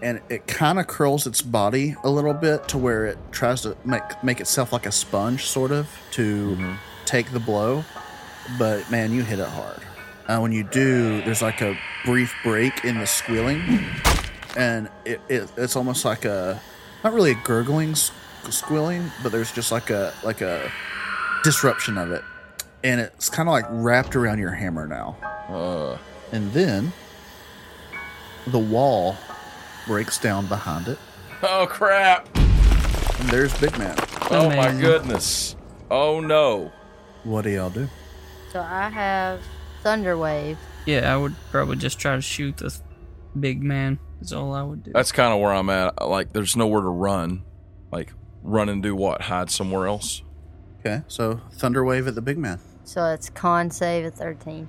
[SPEAKER 4] and it kind of curls its body a little bit to where it tries to make make itself like a sponge sort of to take the blow but man you hit it hard uh, when you do there's like a brief break in the squealing and it, it it's almost like a not really a gurgling s- squealing but there's just like a like a disruption of it and it's kind of like wrapped around your hammer now
[SPEAKER 2] Uh,
[SPEAKER 4] and then the wall breaks down behind it.
[SPEAKER 2] oh, crap.
[SPEAKER 4] And there's Big Man.
[SPEAKER 2] Oh, my
[SPEAKER 1] Amazing.
[SPEAKER 2] goodness. Oh, no.
[SPEAKER 4] What do y'all do?
[SPEAKER 3] So I have Thunder Wave.
[SPEAKER 1] Yeah, I would probably just try to shoot the big man. Is all I would do.
[SPEAKER 4] Uh,
[SPEAKER 2] That's kind of where I'm at. Like, there's nowhere to run. Like, run and do what? Hide somewhere else?
[SPEAKER 4] Okay, so Thunder Wave at the Big Man.
[SPEAKER 3] So it's con save at 13.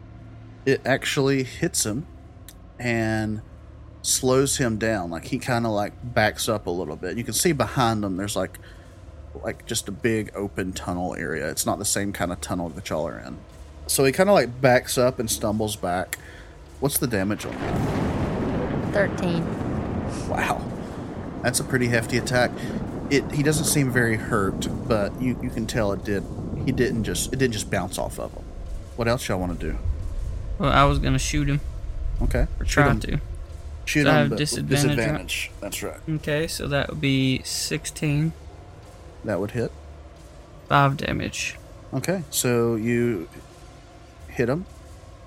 [SPEAKER 4] It actually hits him and slows him down. Like he kind of like backs up a little bit. You can see behind him there's like like just a big open tunnel area. It's not the same kind of tunnel that y'all are in. So he kind of like backs up and stumbles back. What's the damage on that?
[SPEAKER 3] 13.
[SPEAKER 4] Wow. That's a pretty hefty attack. It he doesn't seem very hurt, but you, you can tell it did he didn't just it didn't just bounce off of him. What else y'all want to do?
[SPEAKER 1] well, I was gonna shoot him
[SPEAKER 4] Okay.
[SPEAKER 1] or
[SPEAKER 4] Shoot
[SPEAKER 1] try
[SPEAKER 4] him.
[SPEAKER 1] to.
[SPEAKER 4] Shoot
[SPEAKER 1] So I
[SPEAKER 4] him,
[SPEAKER 1] have
[SPEAKER 4] but
[SPEAKER 1] disadvantage, right?
[SPEAKER 4] disadvantage. That's right.
[SPEAKER 1] Okay, so that would be 16,
[SPEAKER 4] That would hit.
[SPEAKER 1] five damage.
[SPEAKER 4] Okay. So you hit him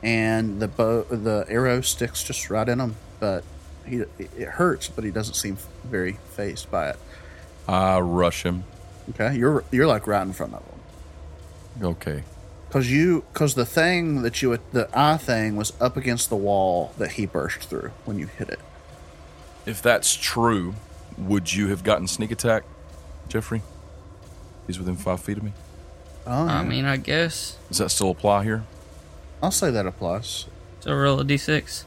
[SPEAKER 4] and the bow the arrow sticks just right in him, but he it hurts, but he doesn't seem very phased by it.
[SPEAKER 2] I rush him.
[SPEAKER 4] Okay? You're you're like right in front of him.
[SPEAKER 2] Okay.
[SPEAKER 4] Cause you, cause the thing that you, the eye thing was up against the wall that he burst through when you hit it.
[SPEAKER 2] If that's true, would you have gotten sneak attack, Jeffrey? He's within five feet of me.
[SPEAKER 4] Oh,
[SPEAKER 1] I mean, I guess.
[SPEAKER 2] Does that still apply here?
[SPEAKER 4] I'll say that applies.
[SPEAKER 1] So roll a d6.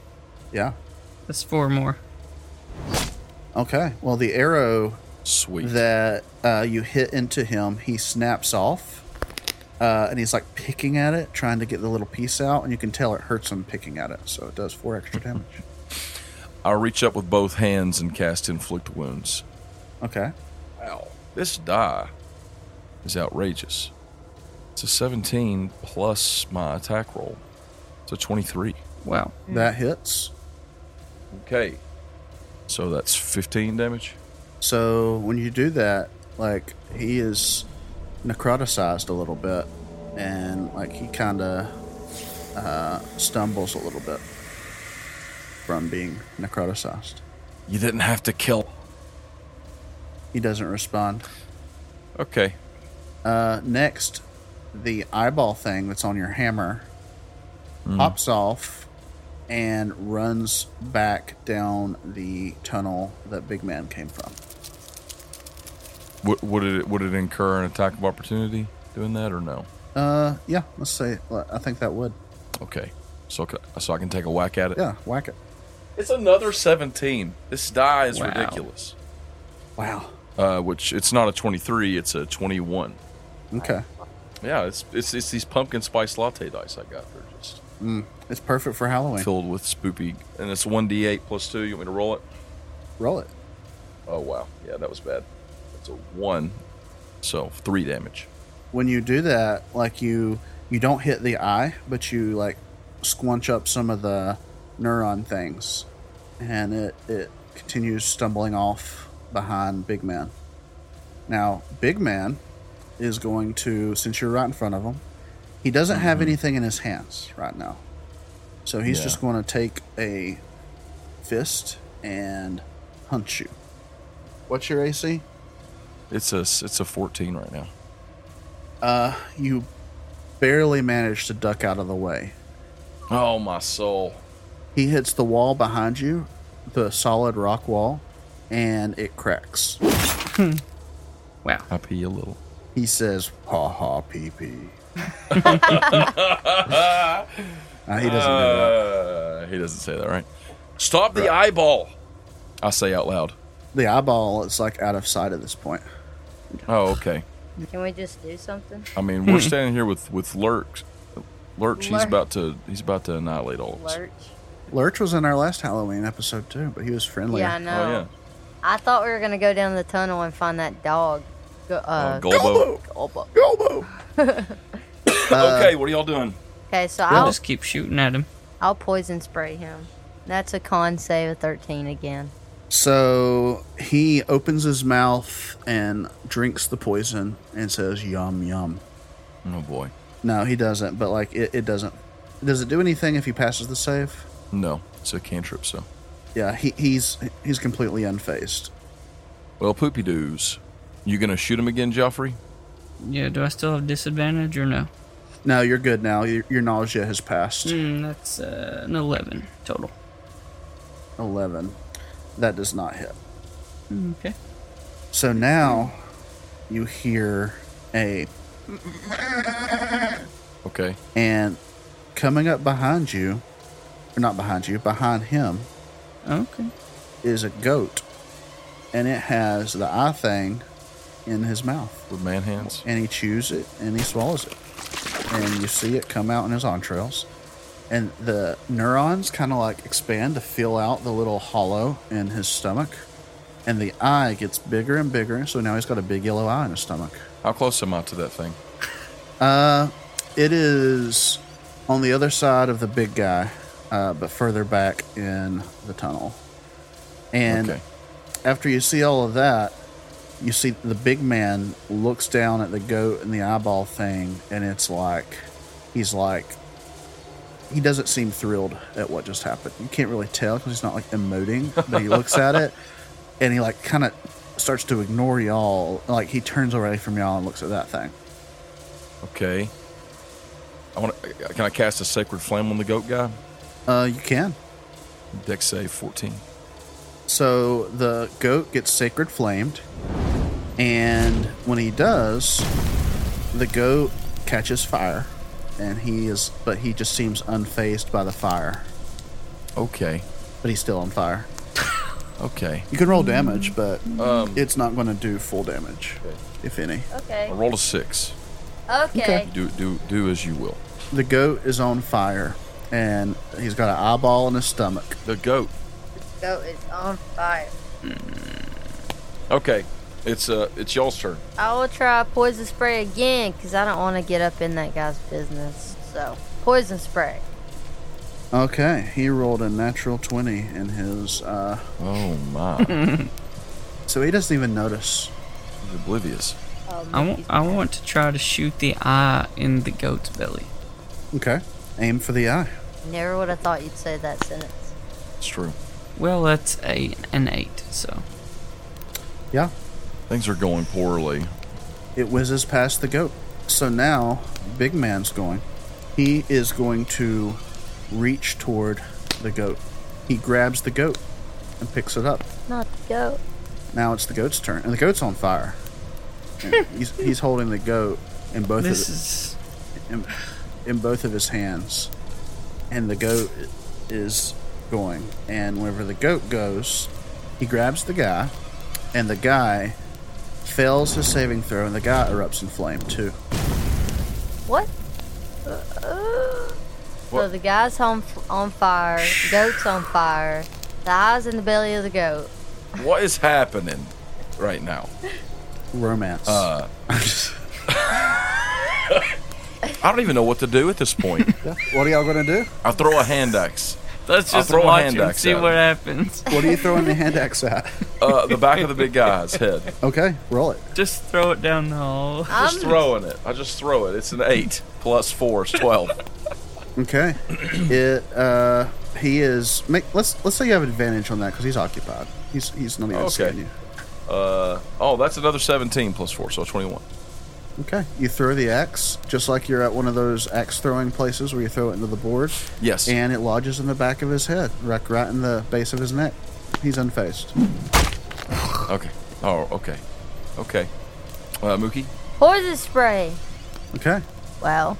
[SPEAKER 4] Yeah.
[SPEAKER 1] That's four more.
[SPEAKER 4] Okay. Well, the arrow
[SPEAKER 2] Sweet.
[SPEAKER 4] that uh, you hit into him, he snaps off, uh, and he's like picking at it, trying to get the little piece out, and you can tell it hurts him picking at it, so it does four extra damage.
[SPEAKER 2] I reach up with both hands and cast inflict wounds.
[SPEAKER 4] Okay.
[SPEAKER 2] Wow. This die is outrageous. It's a 17 plus my attack roll. It's a 23.
[SPEAKER 1] Wow.
[SPEAKER 4] That hits.
[SPEAKER 2] Okay. So that's 15 damage.
[SPEAKER 4] So when you do that, like he is necroticized a little bit, and like he kind of uh, stumbles a little bit from being necroticized.
[SPEAKER 2] You didn't have to kill.
[SPEAKER 4] He doesn't respond.
[SPEAKER 2] Okay.
[SPEAKER 4] Uh, next, the eyeball thing that's on your hammer pops off and runs back down the tunnel that Big Man came from.
[SPEAKER 2] Would, would it would it incur an attack of opportunity doing that or no?
[SPEAKER 4] Uh, yeah, let's say I think that would.
[SPEAKER 2] Okay. So ca- so I can take a whack at it.
[SPEAKER 4] Yeah, whack it.
[SPEAKER 2] It's another 17. This die is
[SPEAKER 1] Wow.
[SPEAKER 2] ridiculous.
[SPEAKER 4] Wow.
[SPEAKER 2] Uh, which it's not a 23, it's a 21.
[SPEAKER 4] Okay.
[SPEAKER 2] Yeah, it's it's, it's these pumpkin spice latte dice I got. They're just
[SPEAKER 4] It's perfect for Halloween.
[SPEAKER 2] filled with spoopy, and it's one d8 plus two. You want me to roll it?
[SPEAKER 4] Roll it.
[SPEAKER 2] Oh wow, yeah, that was bad. It's a one, so three damage.
[SPEAKER 4] When you do that, like you you don't hit the eye, but you like squunch up some of the neuron things, and it it continues stumbling off behind Big Man. Now, Big Man is going to since you're right in front of him, he doesn't have anything in his hands right now, so he's
[SPEAKER 2] Yeah.
[SPEAKER 4] just going to take a fist and punch you. What's your AC?
[SPEAKER 2] It's a s- it's a 14 right now.
[SPEAKER 4] Uh, you barely manage to duck out of the way.
[SPEAKER 2] Oh my soul.
[SPEAKER 4] He hits the wall behind you, the solid rock wall, and it cracks.
[SPEAKER 1] Wow.
[SPEAKER 2] I pee a little.
[SPEAKER 4] He says, "Ha ha, pee pee." Uh, he doesn't know that.
[SPEAKER 2] Uh, he doesn't say that right. Stop the eyeball. I say out loud.
[SPEAKER 4] The eyeball is like out of sight at this point.
[SPEAKER 2] Oh, okay.
[SPEAKER 3] Can we just do something?
[SPEAKER 2] I mean, we're standing here with with Lurch. Lurch, he's
[SPEAKER 3] Lurch.
[SPEAKER 2] about to he's about to annihilate all of us.
[SPEAKER 3] Lurch.
[SPEAKER 4] Lurch was in our last Halloween episode too, but he was friendly.
[SPEAKER 3] Yeah, I know.
[SPEAKER 2] Oh yeah.
[SPEAKER 3] I thought we were gonna go down the tunnel and find that dog. Go, uh,
[SPEAKER 2] Oh, Golbo.
[SPEAKER 3] Golbo.
[SPEAKER 4] Golbo.
[SPEAKER 2] okay, what are y'all doing?
[SPEAKER 3] Okay, so
[SPEAKER 1] I'll
[SPEAKER 3] I'll
[SPEAKER 1] just keep shooting at him.
[SPEAKER 3] I'll poison spray him. That's a con save of thirteen again.
[SPEAKER 4] So he opens his mouth and drinks the poison and says, "Yum yum."
[SPEAKER 2] Oh boy.
[SPEAKER 4] No, he doesn't. But like, it, it doesn't. Does it do anything if he passes the save?
[SPEAKER 2] No, it's a cantrip. So,
[SPEAKER 4] Yeah, he, he's he's completely unfazed.
[SPEAKER 2] well, poopy doos. You gonna shoot him again, Joffrey?
[SPEAKER 1] Yeah, do I still have disadvantage or no?
[SPEAKER 4] No, you're good now. Your, your nausea has passed.
[SPEAKER 1] Hmm, that's uh, an 11 total.
[SPEAKER 4] Eleven. That does not hit.
[SPEAKER 1] Mm, Okay.
[SPEAKER 4] So now you hear a
[SPEAKER 2] Okay.
[SPEAKER 4] and coming up behind you, or not behind you, behind him
[SPEAKER 1] Okay.
[SPEAKER 4] is a goat, and it has the eye thing in his mouth.
[SPEAKER 2] With man hands.
[SPEAKER 4] and he chews it and he swallows it. And you see it come out in his entrails. And the neurons kind of like expand to fill out the little hollow in his stomach. And the eye gets bigger and bigger. So now he's got a big yellow eye in his stomach.
[SPEAKER 2] How close am I to that thing?
[SPEAKER 4] Uh, it is on the other side of the big guy, uh, but further back in the tunnel. And
[SPEAKER 2] okay.
[SPEAKER 4] after you see all of that, you see the big man looks down at the goat and the eyeball thing, and it's like he's like he doesn't seem thrilled at what just happened. You can't really tell because he's not like emoting, but he looks at it and he like kind of starts to ignore y'all. Like he turns away from y'all and looks at that thing.
[SPEAKER 2] Okay. I want. to. Can I cast a sacred flame on the goat guy?
[SPEAKER 4] Uh, you can.
[SPEAKER 2] Deck save 14.
[SPEAKER 4] So the goat gets sacred flamed, and when he does, the goat catches fire, and he is, but he just seems unfazed by the fire,
[SPEAKER 2] Okay.
[SPEAKER 4] but he's still on fire.
[SPEAKER 2] Okay.
[SPEAKER 4] You can roll damage, but
[SPEAKER 2] Um,
[SPEAKER 4] it's not going to do full damage,
[SPEAKER 2] Okay.
[SPEAKER 4] if any.
[SPEAKER 2] I
[SPEAKER 3] Okay.
[SPEAKER 2] rolled a six.
[SPEAKER 3] Okay.
[SPEAKER 2] Do do do as you will.
[SPEAKER 4] The goat is on fire, and he's got an eyeball in his stomach.
[SPEAKER 2] The goat.
[SPEAKER 3] Goat is on fire.
[SPEAKER 2] Okay. It's uh it's y'all's turn.
[SPEAKER 3] I will try poison spray again because I don't want to get up in that guy's business. So poison spray.
[SPEAKER 4] Okay, he rolled a natural twenty in his, uh,
[SPEAKER 2] Oh my.
[SPEAKER 4] so he doesn't even notice.
[SPEAKER 2] He's oblivious.
[SPEAKER 3] Um,
[SPEAKER 1] I want, I want to try to shoot the eye in the goat's belly.
[SPEAKER 4] Okay, aim for the eye.
[SPEAKER 3] Never would have thought you'd say that sentence.
[SPEAKER 2] It's true.
[SPEAKER 1] Well, that's a an 8, so.
[SPEAKER 4] Yeah,
[SPEAKER 2] Things are going poorly.
[SPEAKER 4] It whizzes past the goat. So now, Big Man's going. He is going to reach toward the goat. He grabs the goat and picks it up.
[SPEAKER 3] Not goat.
[SPEAKER 4] Now it's the goat's turn, and the goat's on fire. And he's, he's holding the goat in both
[SPEAKER 1] Hmm. This
[SPEAKER 4] of
[SPEAKER 1] is.
[SPEAKER 4] in, in both of his hands, and the goat is going. And whenever the goat goes, he grabs the guy, and the guy fails his saving throw, and the guy erupts in flame too.
[SPEAKER 3] What? Uh, So the guy's on on fire. Goat's on fire. The eyes in the belly of the goat.
[SPEAKER 2] What is happening right Uh, now?
[SPEAKER 5] Uh,
[SPEAKER 4] romance.
[SPEAKER 2] Uh I don't even know what to do at this point.
[SPEAKER 5] Yeah. What are y'all gonna do?
[SPEAKER 2] I throw a hand axe.
[SPEAKER 1] Let's
[SPEAKER 2] I'll
[SPEAKER 1] just
[SPEAKER 2] throw a
[SPEAKER 1] watch
[SPEAKER 2] hand
[SPEAKER 1] and
[SPEAKER 2] axe
[SPEAKER 1] see
[SPEAKER 2] at him.
[SPEAKER 1] what happens.
[SPEAKER 5] What are you throwing the hand axe at?
[SPEAKER 2] Uh, the back of the big guy's head.
[SPEAKER 5] Okay, roll it.
[SPEAKER 1] Just throw it down the hole.
[SPEAKER 3] Um,
[SPEAKER 2] Just throwing it. I just throw it. It's an eight plus four is twelve.
[SPEAKER 4] Okay. it uh he is make let's let's say you have advantage on that because he's occupied. He's he's not even
[SPEAKER 2] Okay.
[SPEAKER 4] seeing you.
[SPEAKER 2] Uh, oh, that's another seventeen plus four, so twenty-one.
[SPEAKER 4] Okay. You throw the axe, just like you're at one of those axe throwing places where you throw it into the board.
[SPEAKER 2] Yes.
[SPEAKER 4] And it lodges in the back of his head, right, right in the base of his neck. He's unfazed.
[SPEAKER 2] Okay. Oh, okay. Okay. Uh, Mookie.
[SPEAKER 3] Poison spray.
[SPEAKER 4] Okay.
[SPEAKER 3] Well,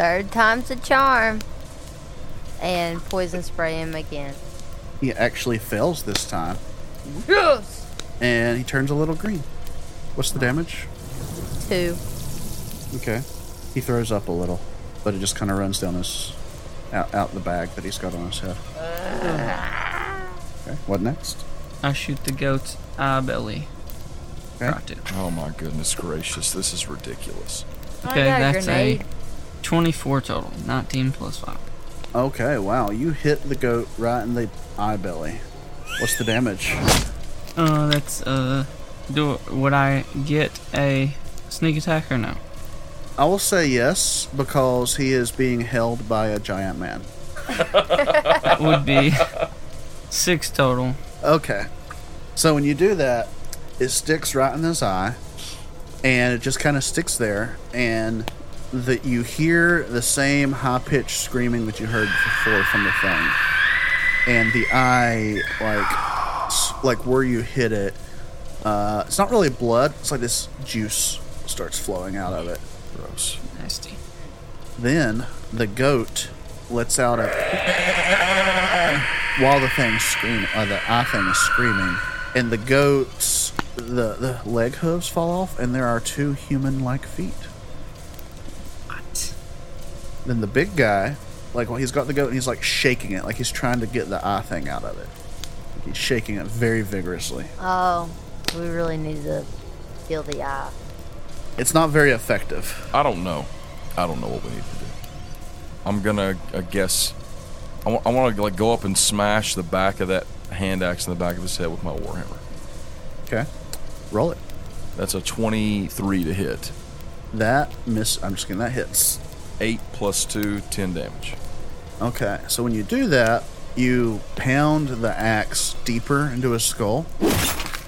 [SPEAKER 3] third time's a charm. And poison spray him again.
[SPEAKER 4] He actually fails this time.
[SPEAKER 3] Yes.
[SPEAKER 4] And he turns a little green. What's the damage?
[SPEAKER 3] Two.
[SPEAKER 4] Okay. He throws up a little, but it just kind of runs down his out, out the bag that he's got on his head. Okay. What next?
[SPEAKER 1] I shoot the goat's eye belly.
[SPEAKER 4] Okay.
[SPEAKER 1] Got it.
[SPEAKER 2] Oh my goodness gracious! This is ridiculous.
[SPEAKER 1] Okay,
[SPEAKER 3] got a
[SPEAKER 1] that's
[SPEAKER 3] grenade.
[SPEAKER 1] a 24 total. 19 plus 5.
[SPEAKER 4] Okay. Wow. You hit the goat right in the eye belly. What's the damage?
[SPEAKER 1] Uh, that's, uh, do, would I get a sneak attack or no?
[SPEAKER 4] I will say yes because he is being held by a giant man.
[SPEAKER 1] That would be 6 total.
[SPEAKER 4] Okay. So when you do that, it sticks right in his eye, and it just kind of sticks there, and that you hear the same high pitched screaming that you heard before from the thing, and the eye like s- like where you hit it. Uh, it's not really blood. It's like this juice starts flowing out of it.
[SPEAKER 2] Gross.
[SPEAKER 1] Nasty.
[SPEAKER 4] Then the goat lets out a while the thing's screaming, or the eye thing is screaming, and the goat's the the leg hooves fall off, and there are two human-like feet.
[SPEAKER 1] What?
[SPEAKER 4] Then the big guy, like well, he's got the goat and he's like shaking it, like he's trying to get the eye thing out of it. He's shaking it very vigorously.
[SPEAKER 3] Oh, we really need to heal the eye.
[SPEAKER 4] It's not very effective.
[SPEAKER 2] I don't know. I don't know what we need to do. I'm gonna I guess. I want to like go up and smash the back of that hand axe in the back of his head with my warhammer.
[SPEAKER 4] Okay, roll it.
[SPEAKER 2] That's a 23 to hit.
[SPEAKER 4] That miss. I'm just kidding. That hits.
[SPEAKER 2] 8 plus 2, 10 damage.
[SPEAKER 4] Okay, so when you do that, you pound the axe deeper into his skull,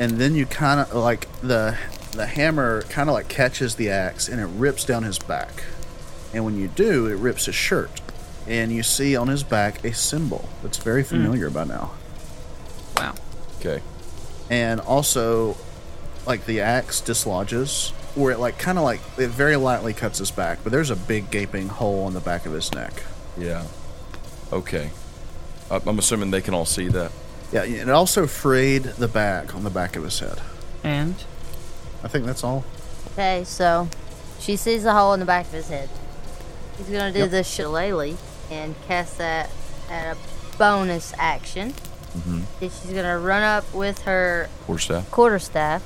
[SPEAKER 4] and then you kind of like the the hammer kind of like catches the axe and it rips down his back. And when you do, it rips his shirt, and you see on his back a symbol that's very familiar by now.
[SPEAKER 1] Wow.
[SPEAKER 2] Okay.
[SPEAKER 4] And also, like the axe dislodges, where it like kind of like it very lightly cuts his back, but there's a big gaping hole on the back of his neck.
[SPEAKER 2] Yeah. Okay. I- I'm assuming they can all see that.
[SPEAKER 4] Yeah, it also frayed the back on the back of his head.
[SPEAKER 1] And
[SPEAKER 4] I think that's all.
[SPEAKER 3] Okay, so she sees the hole in the back of his head. He's gonna do the shillelagh and cast that at a bonus action. Then she's gonna run up with her
[SPEAKER 2] Poor staff.
[SPEAKER 3] quarterstaff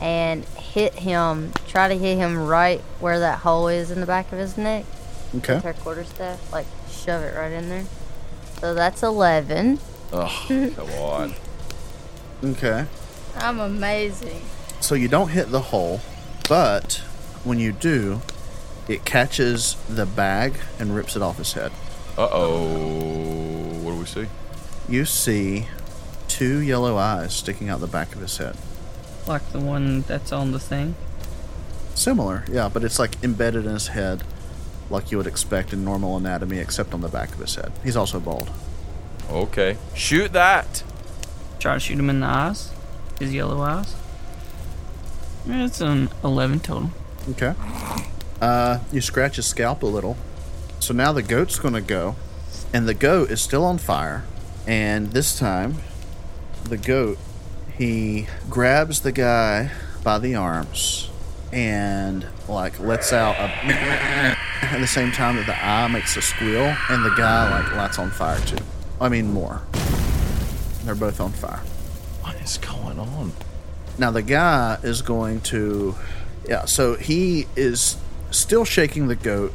[SPEAKER 3] and hit him. Try to hit him right where that hole is in the back of his neck.
[SPEAKER 4] Okay.
[SPEAKER 3] With her quarterstaff, like shove it right in there. So that's eleven.
[SPEAKER 2] Ugh, come on.
[SPEAKER 4] Okay.
[SPEAKER 3] I'm amazing.
[SPEAKER 4] So you don't hit the hole, but when you do, it catches the bag and rips it off his head.
[SPEAKER 2] Uh oh. What do we see?
[SPEAKER 4] You see two yellow eyes sticking out the back of his head.
[SPEAKER 1] like the one that's on the thing.
[SPEAKER 4] Similar, yeah, but it's like embedded in his head, like you would expect in normal anatomy, except on the back of his head. He's also bald.
[SPEAKER 2] Okay. Shoot that.
[SPEAKER 1] Try to shoot him in the eyes. His yellow eyes. It's an 11 total.
[SPEAKER 4] Okay. Uh, you scratch his scalp a little. So now the goat's going to go. And the goat is still on fire. And this time, the goat, he grabs the guy by the arms and, like, lets out a. at the same time that the eye makes a squeal and the guy, like, lights on fire too. I mean, more. They're both on fire.
[SPEAKER 2] What is going on?
[SPEAKER 4] Now the guy is going to, yeah. So he is still shaking the goat,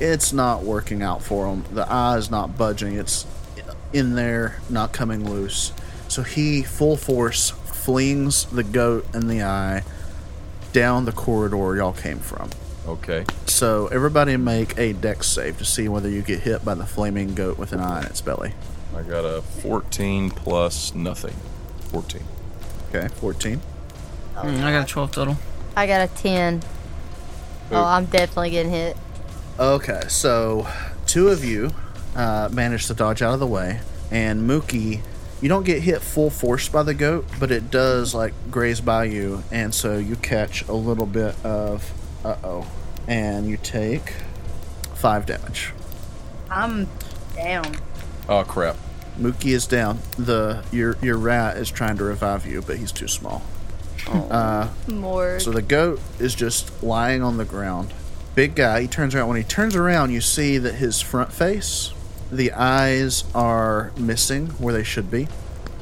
[SPEAKER 4] It's not working out for him. The eye is not budging. It's in there, not coming loose. So he full force flings the goat in the eye down the corridor y'all came from.
[SPEAKER 2] Okay.
[SPEAKER 4] So everybody make a dex save to see whether you get hit by the flaming goat with an eye in its belly.
[SPEAKER 2] I got a 14 plus nothing. 14.
[SPEAKER 4] Okay, 14.
[SPEAKER 1] Mm, I got a 12 total.
[SPEAKER 3] I got a 10. Oh, I'm definitely getting hit.
[SPEAKER 4] Okay, so two of you uh, managed to dodge out of the way, and Mookie, you don't get hit full force by the goat, but it does like graze by you, and so you catch a little bit of uh oh, and you take five damage.
[SPEAKER 6] I'm down.
[SPEAKER 2] Oh, crap.
[SPEAKER 4] Mookie is down. The your your rat is trying to revive you, but he's too small.
[SPEAKER 5] Oh.
[SPEAKER 4] Uh,
[SPEAKER 3] More.
[SPEAKER 4] So the goat is just lying on the ground. Big guy, he turns around. When he turns around, you see that his front face, the eyes are missing where they should be.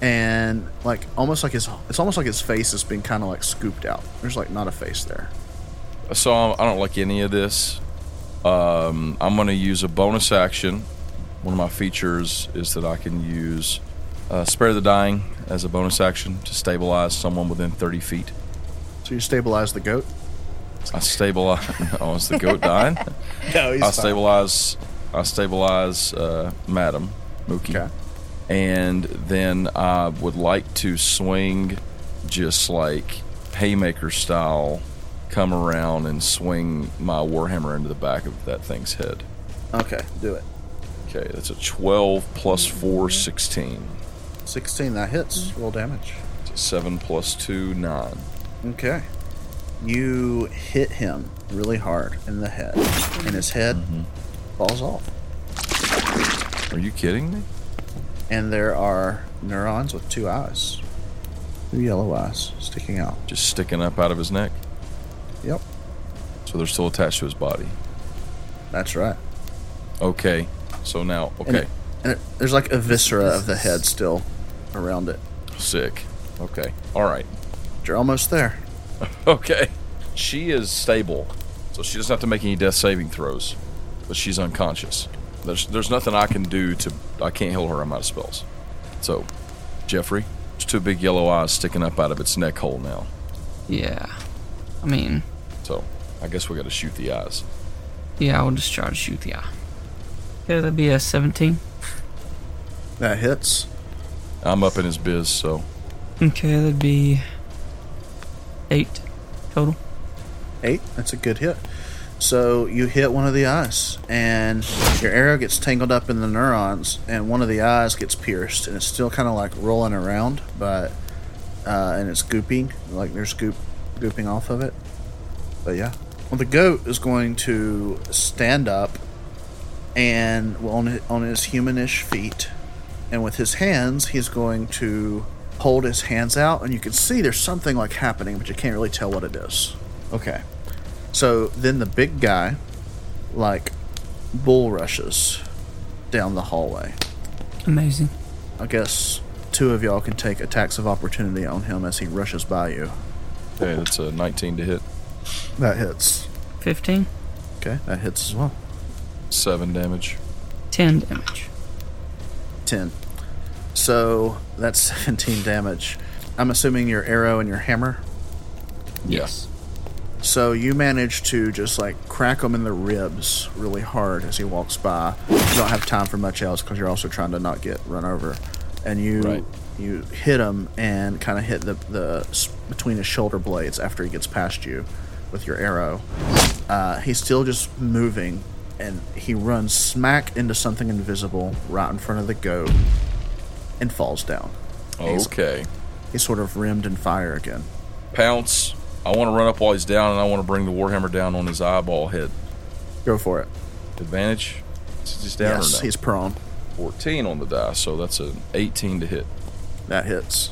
[SPEAKER 4] And like almost like his it's almost like his face has been kind of like scooped out. There's like not a face there.
[SPEAKER 2] So I'm, I don't like any of this. Um, I'm going to use a bonus action. One of my features is that I can use uh, Spare the Dying as a bonus action to stabilize someone within 30 feet.
[SPEAKER 4] So you stabilize the goat.
[SPEAKER 2] I stabilize. oh, is the goat dying?
[SPEAKER 5] No, he's
[SPEAKER 2] I stabilize. I stabilize, uh, Madam Mookie,
[SPEAKER 4] Okay.
[SPEAKER 2] and then I would like to swing, just like haymaker style, come around and swing my warhammer into the back of that thing's head.
[SPEAKER 4] Okay, do it.
[SPEAKER 2] Okay, that's a 12 plus 4, 16.
[SPEAKER 4] 16 that hits. Roll damage.
[SPEAKER 2] It's a 7 plus 2, 9.
[SPEAKER 4] Okay. You hit him really hard in the head, and his head falls off.
[SPEAKER 2] Are you kidding me?
[SPEAKER 4] and there are neurons with two eyes, two yellow eyes sticking out.
[SPEAKER 2] Just sticking up out of his neck.
[SPEAKER 4] Yep,
[SPEAKER 2] So they're still attached to his body.
[SPEAKER 4] that's right.
[SPEAKER 2] Okay, so now,
[SPEAKER 4] And,
[SPEAKER 2] okay.
[SPEAKER 4] it, and it, there's like a viscera of the head still around it.
[SPEAKER 2] Sick. Okay. All right.
[SPEAKER 4] You're almost there.
[SPEAKER 2] Okay. She is stable, so she doesn't have to make any death saving throws, but she's unconscious. There's there's nothing I can do to I can't heal her. I'm out of spells. So, Jeffrey, there's two big yellow eyes sticking up out of its neck hole now.
[SPEAKER 1] Yeah. I mean,
[SPEAKER 2] So, I guess we got to shoot the eyes.
[SPEAKER 1] yeah, I will just try to shoot the eye. Yeah, that'd be a 17.
[SPEAKER 4] That hits.
[SPEAKER 2] I'm up in his biz, so
[SPEAKER 1] Okay, that'd be 8 total.
[SPEAKER 4] Eight. That's a good hit. So you hit one of the eyes, and your arrow gets tangled up in the neurons, and one of the eyes gets pierced, and it's still kind of like rolling around, but uh, and it's gooping, like there's goop gooping off of it. But yeah, well, the goat is going to stand up, and well, on hi- on his humanish feet, and with his hands, he's going to hold his hands out, and you can see there's something like happening, but you can't really tell what it is. Okay. So then the big guy, like, bull rushes down the hallway.
[SPEAKER 1] Amazing.
[SPEAKER 4] I guess two of y'all can take attacks of opportunity on him as he rushes by you.
[SPEAKER 2] hey, that's a 19 to hit,
[SPEAKER 4] That hits.
[SPEAKER 1] 15,
[SPEAKER 4] Okay, that hits as well.
[SPEAKER 2] seven damage.
[SPEAKER 1] 10 damage.
[SPEAKER 4] 10. So that's 17 damage. I'm assuming your arrow and your hammer.
[SPEAKER 2] Yes.
[SPEAKER 4] So you manage to just like crack him in the ribs really hard as he walks by. You don't have time for much else because you're also trying to not get run over. And you
[SPEAKER 2] Right.
[SPEAKER 4] you hit him and kind of hit the the s- between his shoulder blades after he gets past you with your arrow. Uh, he's still just moving, and he runs smack into something invisible right in front of the goat, and falls down. He's-
[SPEAKER 2] Okay.
[SPEAKER 4] He's sort of rimmed in fire again.
[SPEAKER 2] Pounce. I want to run up while he's down, and I want to bring the warhammer down on his eyeball head.
[SPEAKER 4] Go for it.
[SPEAKER 2] Advantage. Is he down
[SPEAKER 4] yes,
[SPEAKER 2] or no?
[SPEAKER 4] he's prone.
[SPEAKER 2] 14 on the die, so that's an 18 to hit.
[SPEAKER 4] That hits.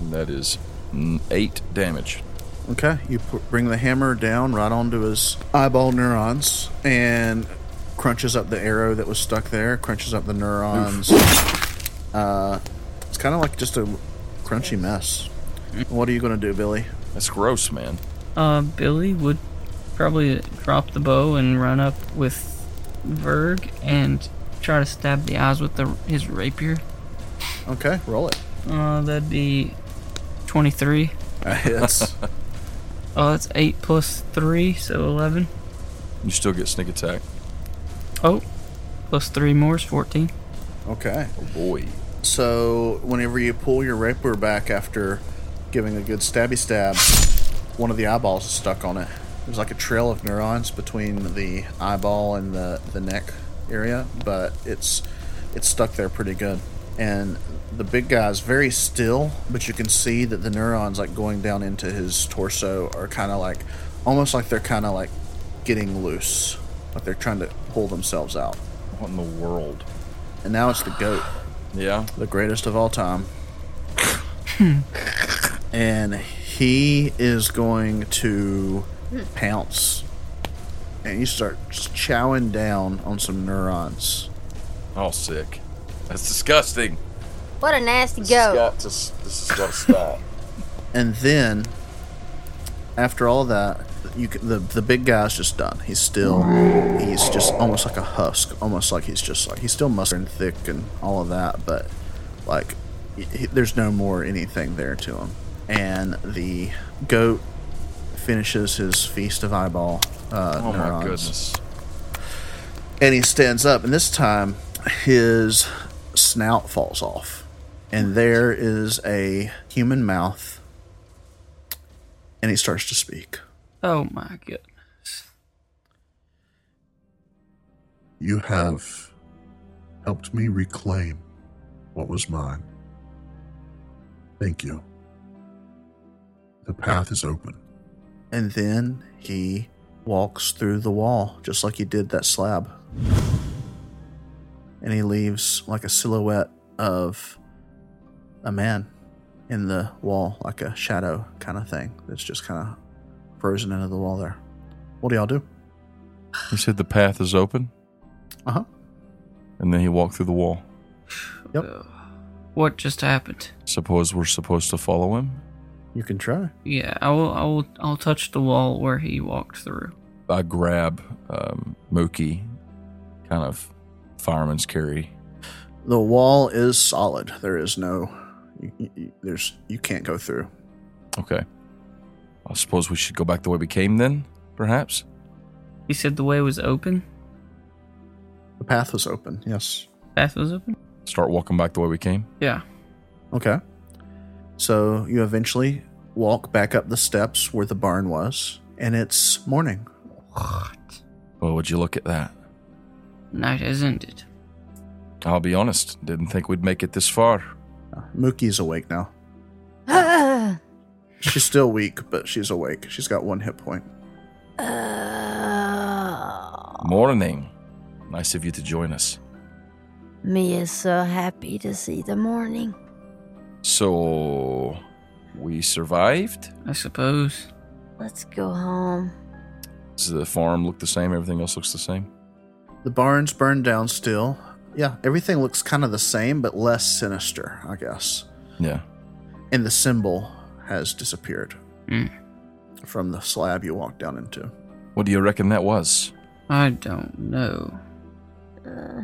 [SPEAKER 2] And that is n- 8 damage.
[SPEAKER 4] Okay, you p- bring the hammer down right onto his eyeball neurons and crunches up the arrow that was stuck there, crunches up the neurons. Uh, it's kind of like just a crunchy mess. What are you going to do, Billy?
[SPEAKER 2] That's gross, man.
[SPEAKER 1] Uh, Billy would probably drop the bow and run up with Verg and try to stab the eyes with the, his rapier.
[SPEAKER 4] Okay.
[SPEAKER 5] Roll it.
[SPEAKER 1] Uh, that'd be 23.
[SPEAKER 4] That hits.
[SPEAKER 1] Oh, that's 8 plus 3, so 11.
[SPEAKER 2] You still get sneak attack.
[SPEAKER 1] Oh, plus 3 more is 14.
[SPEAKER 4] okay.
[SPEAKER 2] Oh boy.
[SPEAKER 4] So whenever you pull your rapier back after giving a good stabby stab, one of the eyeballs is stuck on it. There's like a trail of neurons between the eyeball and the, the neck area, but it's it's stuck there pretty good. And the big guy's very still, but you can see that the neurons like going down into his torso are kind of like almost like they're kind of like getting loose, like they're trying to pull themselves out.
[SPEAKER 2] What in the world?
[SPEAKER 4] And now it's the goat
[SPEAKER 2] Yeah.
[SPEAKER 4] the greatest of all time. and he is going to pounce. And you start just chowing down on some neurons.
[SPEAKER 2] Oh, sick. That's disgusting.
[SPEAKER 3] What a nasty goat.
[SPEAKER 2] to, this has got to stop.
[SPEAKER 4] And then, after all that, you c the the big guy's just done. He's still, he's just almost like a husk, almost like he's just like he's still muscular and thick and all of that, but like he, he- there's no more anything there to him. And the goat finishes his feast of eyeball uh,
[SPEAKER 2] oh my
[SPEAKER 4] neurons
[SPEAKER 2] goodness.
[SPEAKER 4] and he stands up and this time his snout falls off and there is a human mouth and he starts to speak
[SPEAKER 1] Oh my goodness.
[SPEAKER 7] You have helped me reclaim what was mine. Thank you. The path is open.
[SPEAKER 4] and then he walks through the wall just like he did that slab and he leaves like a silhouette of a man in the wall like a shadow kind of thing that's just kind of frozen into the wall there what do y'all do
[SPEAKER 2] You said the path is open,
[SPEAKER 4] uh-huh
[SPEAKER 2] and then he walked through the wall.
[SPEAKER 4] Yep.
[SPEAKER 1] Uh, What just happened?
[SPEAKER 2] Suppose we're supposed to follow him.
[SPEAKER 4] you can try
[SPEAKER 1] Yeah, I will. I will. I'll touch the wall where he walked through.
[SPEAKER 2] I grab um, Mookie, kind of fireman's carry.
[SPEAKER 4] The wall is solid. There is no, you, you- you- there's you can't go through.
[SPEAKER 2] Okay. I suppose we should go back the way we came then, perhaps?
[SPEAKER 1] He said the way was open.
[SPEAKER 4] The path was open. Yes.
[SPEAKER 1] Path was open.
[SPEAKER 2] Start walking back the way we came?
[SPEAKER 1] Yeah.
[SPEAKER 4] Okay. So you eventually walk back up the steps where the barn was, and it's morning.
[SPEAKER 1] What?
[SPEAKER 2] Well, would you look at that?
[SPEAKER 1] Night has ended.
[SPEAKER 2] I'll be honest, didn't think we'd make it this far.
[SPEAKER 4] Mookie's awake now.
[SPEAKER 3] Ah,
[SPEAKER 4] She's still weak, but she's awake. She's got one hit point.
[SPEAKER 3] ah.
[SPEAKER 2] Morning. Nice of you to join us.
[SPEAKER 3] me is so happy to see the morning.
[SPEAKER 2] So, we survived?
[SPEAKER 1] I suppose.
[SPEAKER 3] Let's go home.
[SPEAKER 2] Does the farm look the same? Everything else looks the same?
[SPEAKER 4] The barn's burned down still. Yeah, everything looks kind of the same, but less sinister, I guess.
[SPEAKER 2] Yeah.
[SPEAKER 4] And the symbol has disappeared
[SPEAKER 1] Hmm.
[SPEAKER 4] from the slab you walked down into.
[SPEAKER 2] What do you reckon that was?
[SPEAKER 1] I don't know.
[SPEAKER 3] Uh,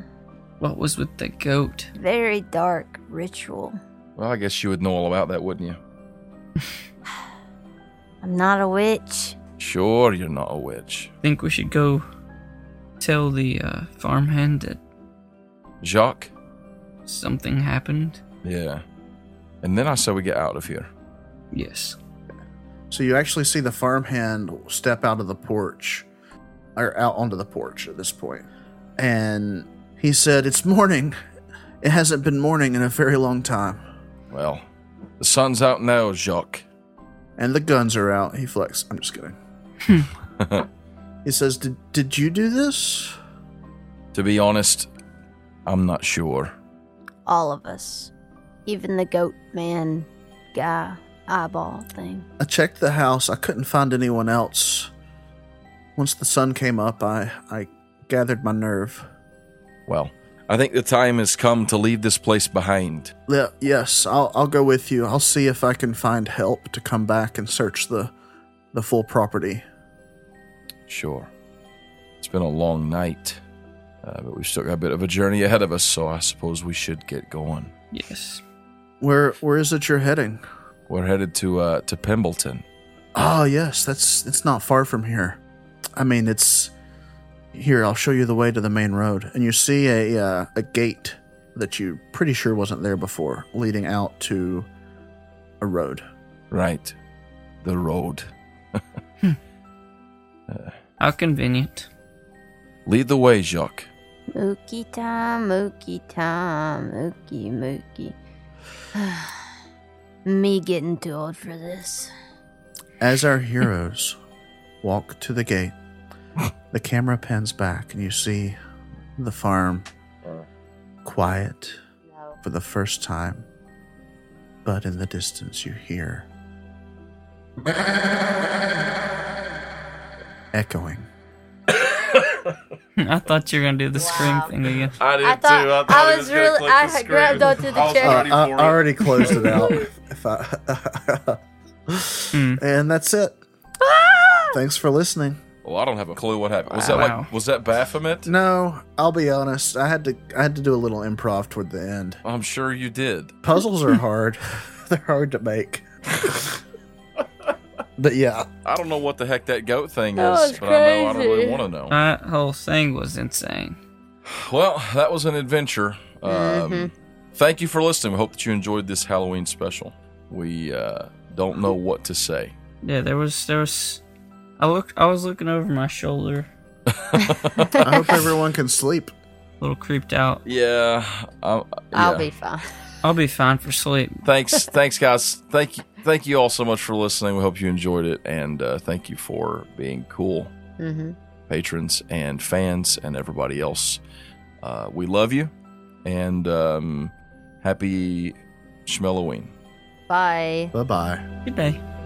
[SPEAKER 1] What was with the goat?
[SPEAKER 3] very dark ritual.
[SPEAKER 2] Well, I guess you would know all about that, wouldn't you?
[SPEAKER 3] I'm not a witch.
[SPEAKER 2] Sure, you're not a witch.
[SPEAKER 1] Think we should go tell the uh, farmhand that
[SPEAKER 2] Jacques?
[SPEAKER 1] something happened?
[SPEAKER 2] Yeah. And then I say we get out of here.
[SPEAKER 1] Yes.
[SPEAKER 4] So you actually see the farmhand step out of the porch, or out onto the porch at this point. And he said, It's morning. It hasn't been morning in a very long time.
[SPEAKER 2] Well, the sun's out now, Jacques.
[SPEAKER 4] And the guns are out. He flexed. I'm just kidding. He says, Did, did you do this?
[SPEAKER 2] to be honest, I'm not sure.
[SPEAKER 3] All of us. Even the goat man guy eyeball thing.
[SPEAKER 4] I checked the house. I couldn't find anyone else. Once the sun came up, I, I gathered my nerve.
[SPEAKER 2] Well, I think the time has come to leave this place behind.
[SPEAKER 4] Le- yes, I'll, I'll go with you. I'll see if I can find help to come back and search the the full property.
[SPEAKER 2] Sure. It's been a long night. Uh, but we've still got a bit of a journey ahead of us, so I suppose we should get going.
[SPEAKER 1] Yes.
[SPEAKER 4] Where where is it you're heading?
[SPEAKER 2] We're headed to uh, to Pemberton.
[SPEAKER 4] Ah, yes, that's it's not far from here. I mean, it's here. I'll show you the way to the main road, and you see a uh, a gate that you pretty sure wasn't there before, leading out to a road.
[SPEAKER 2] Right, the road.
[SPEAKER 1] How convenient.
[SPEAKER 2] Lead the way, Jacques.
[SPEAKER 3] Mookie time, Mookie time, Mookie, Mookie. Me getting too old for this.
[SPEAKER 4] As our heroes walk to the gate, the camera pans back, and you see the farm quiet for the first time. But in the distance, you hear echoing.
[SPEAKER 1] I thought you were gonna do the scream thing again.
[SPEAKER 2] I
[SPEAKER 3] I thought I, was really I had grabbed onto the
[SPEAKER 4] Uh,
[SPEAKER 3] chair.
[SPEAKER 5] I, I already closed it out. if I,
[SPEAKER 4] And that's it. Thanks for listening.
[SPEAKER 2] Well, Oh, I don't have a clue what happened. Was that
[SPEAKER 1] Wow.
[SPEAKER 2] like was that Baphomet?
[SPEAKER 4] No, I'll be honest. I had to I had to do a little improv toward the end.
[SPEAKER 2] I'm sure you did.
[SPEAKER 4] Puzzles are hard.
[SPEAKER 5] they're hard to make. but yeah,
[SPEAKER 2] I don't know what the heck that goat thing
[SPEAKER 3] That
[SPEAKER 2] is,
[SPEAKER 3] was
[SPEAKER 2] but I know I don't really
[SPEAKER 3] crazy.
[SPEAKER 2] want to know.
[SPEAKER 1] That whole thing was insane.
[SPEAKER 2] Well, that was an adventure. Um,
[SPEAKER 3] Mm-hmm.
[SPEAKER 2] Thank you for listening. We hope that you enjoyed this Halloween special. We uh, don't know what to say.
[SPEAKER 1] Yeah, there was there was. I looked. I was looking over my shoulder,
[SPEAKER 4] I hope everyone can sleep.
[SPEAKER 1] a little creeped out.
[SPEAKER 2] Yeah, I,
[SPEAKER 3] I'll
[SPEAKER 2] yeah.
[SPEAKER 3] be fine.
[SPEAKER 1] I'll be fine for sleep.
[SPEAKER 2] Thanks, thanks, guys. Thank you, thank you all so much for listening. We hope you enjoyed it, and uh, thank you for being cool
[SPEAKER 3] hmm
[SPEAKER 2] patrons and fans and everybody else. Uh, we love you, and um, happy Schmelloween.
[SPEAKER 3] Bye.
[SPEAKER 4] Bye bye.
[SPEAKER 1] Good day.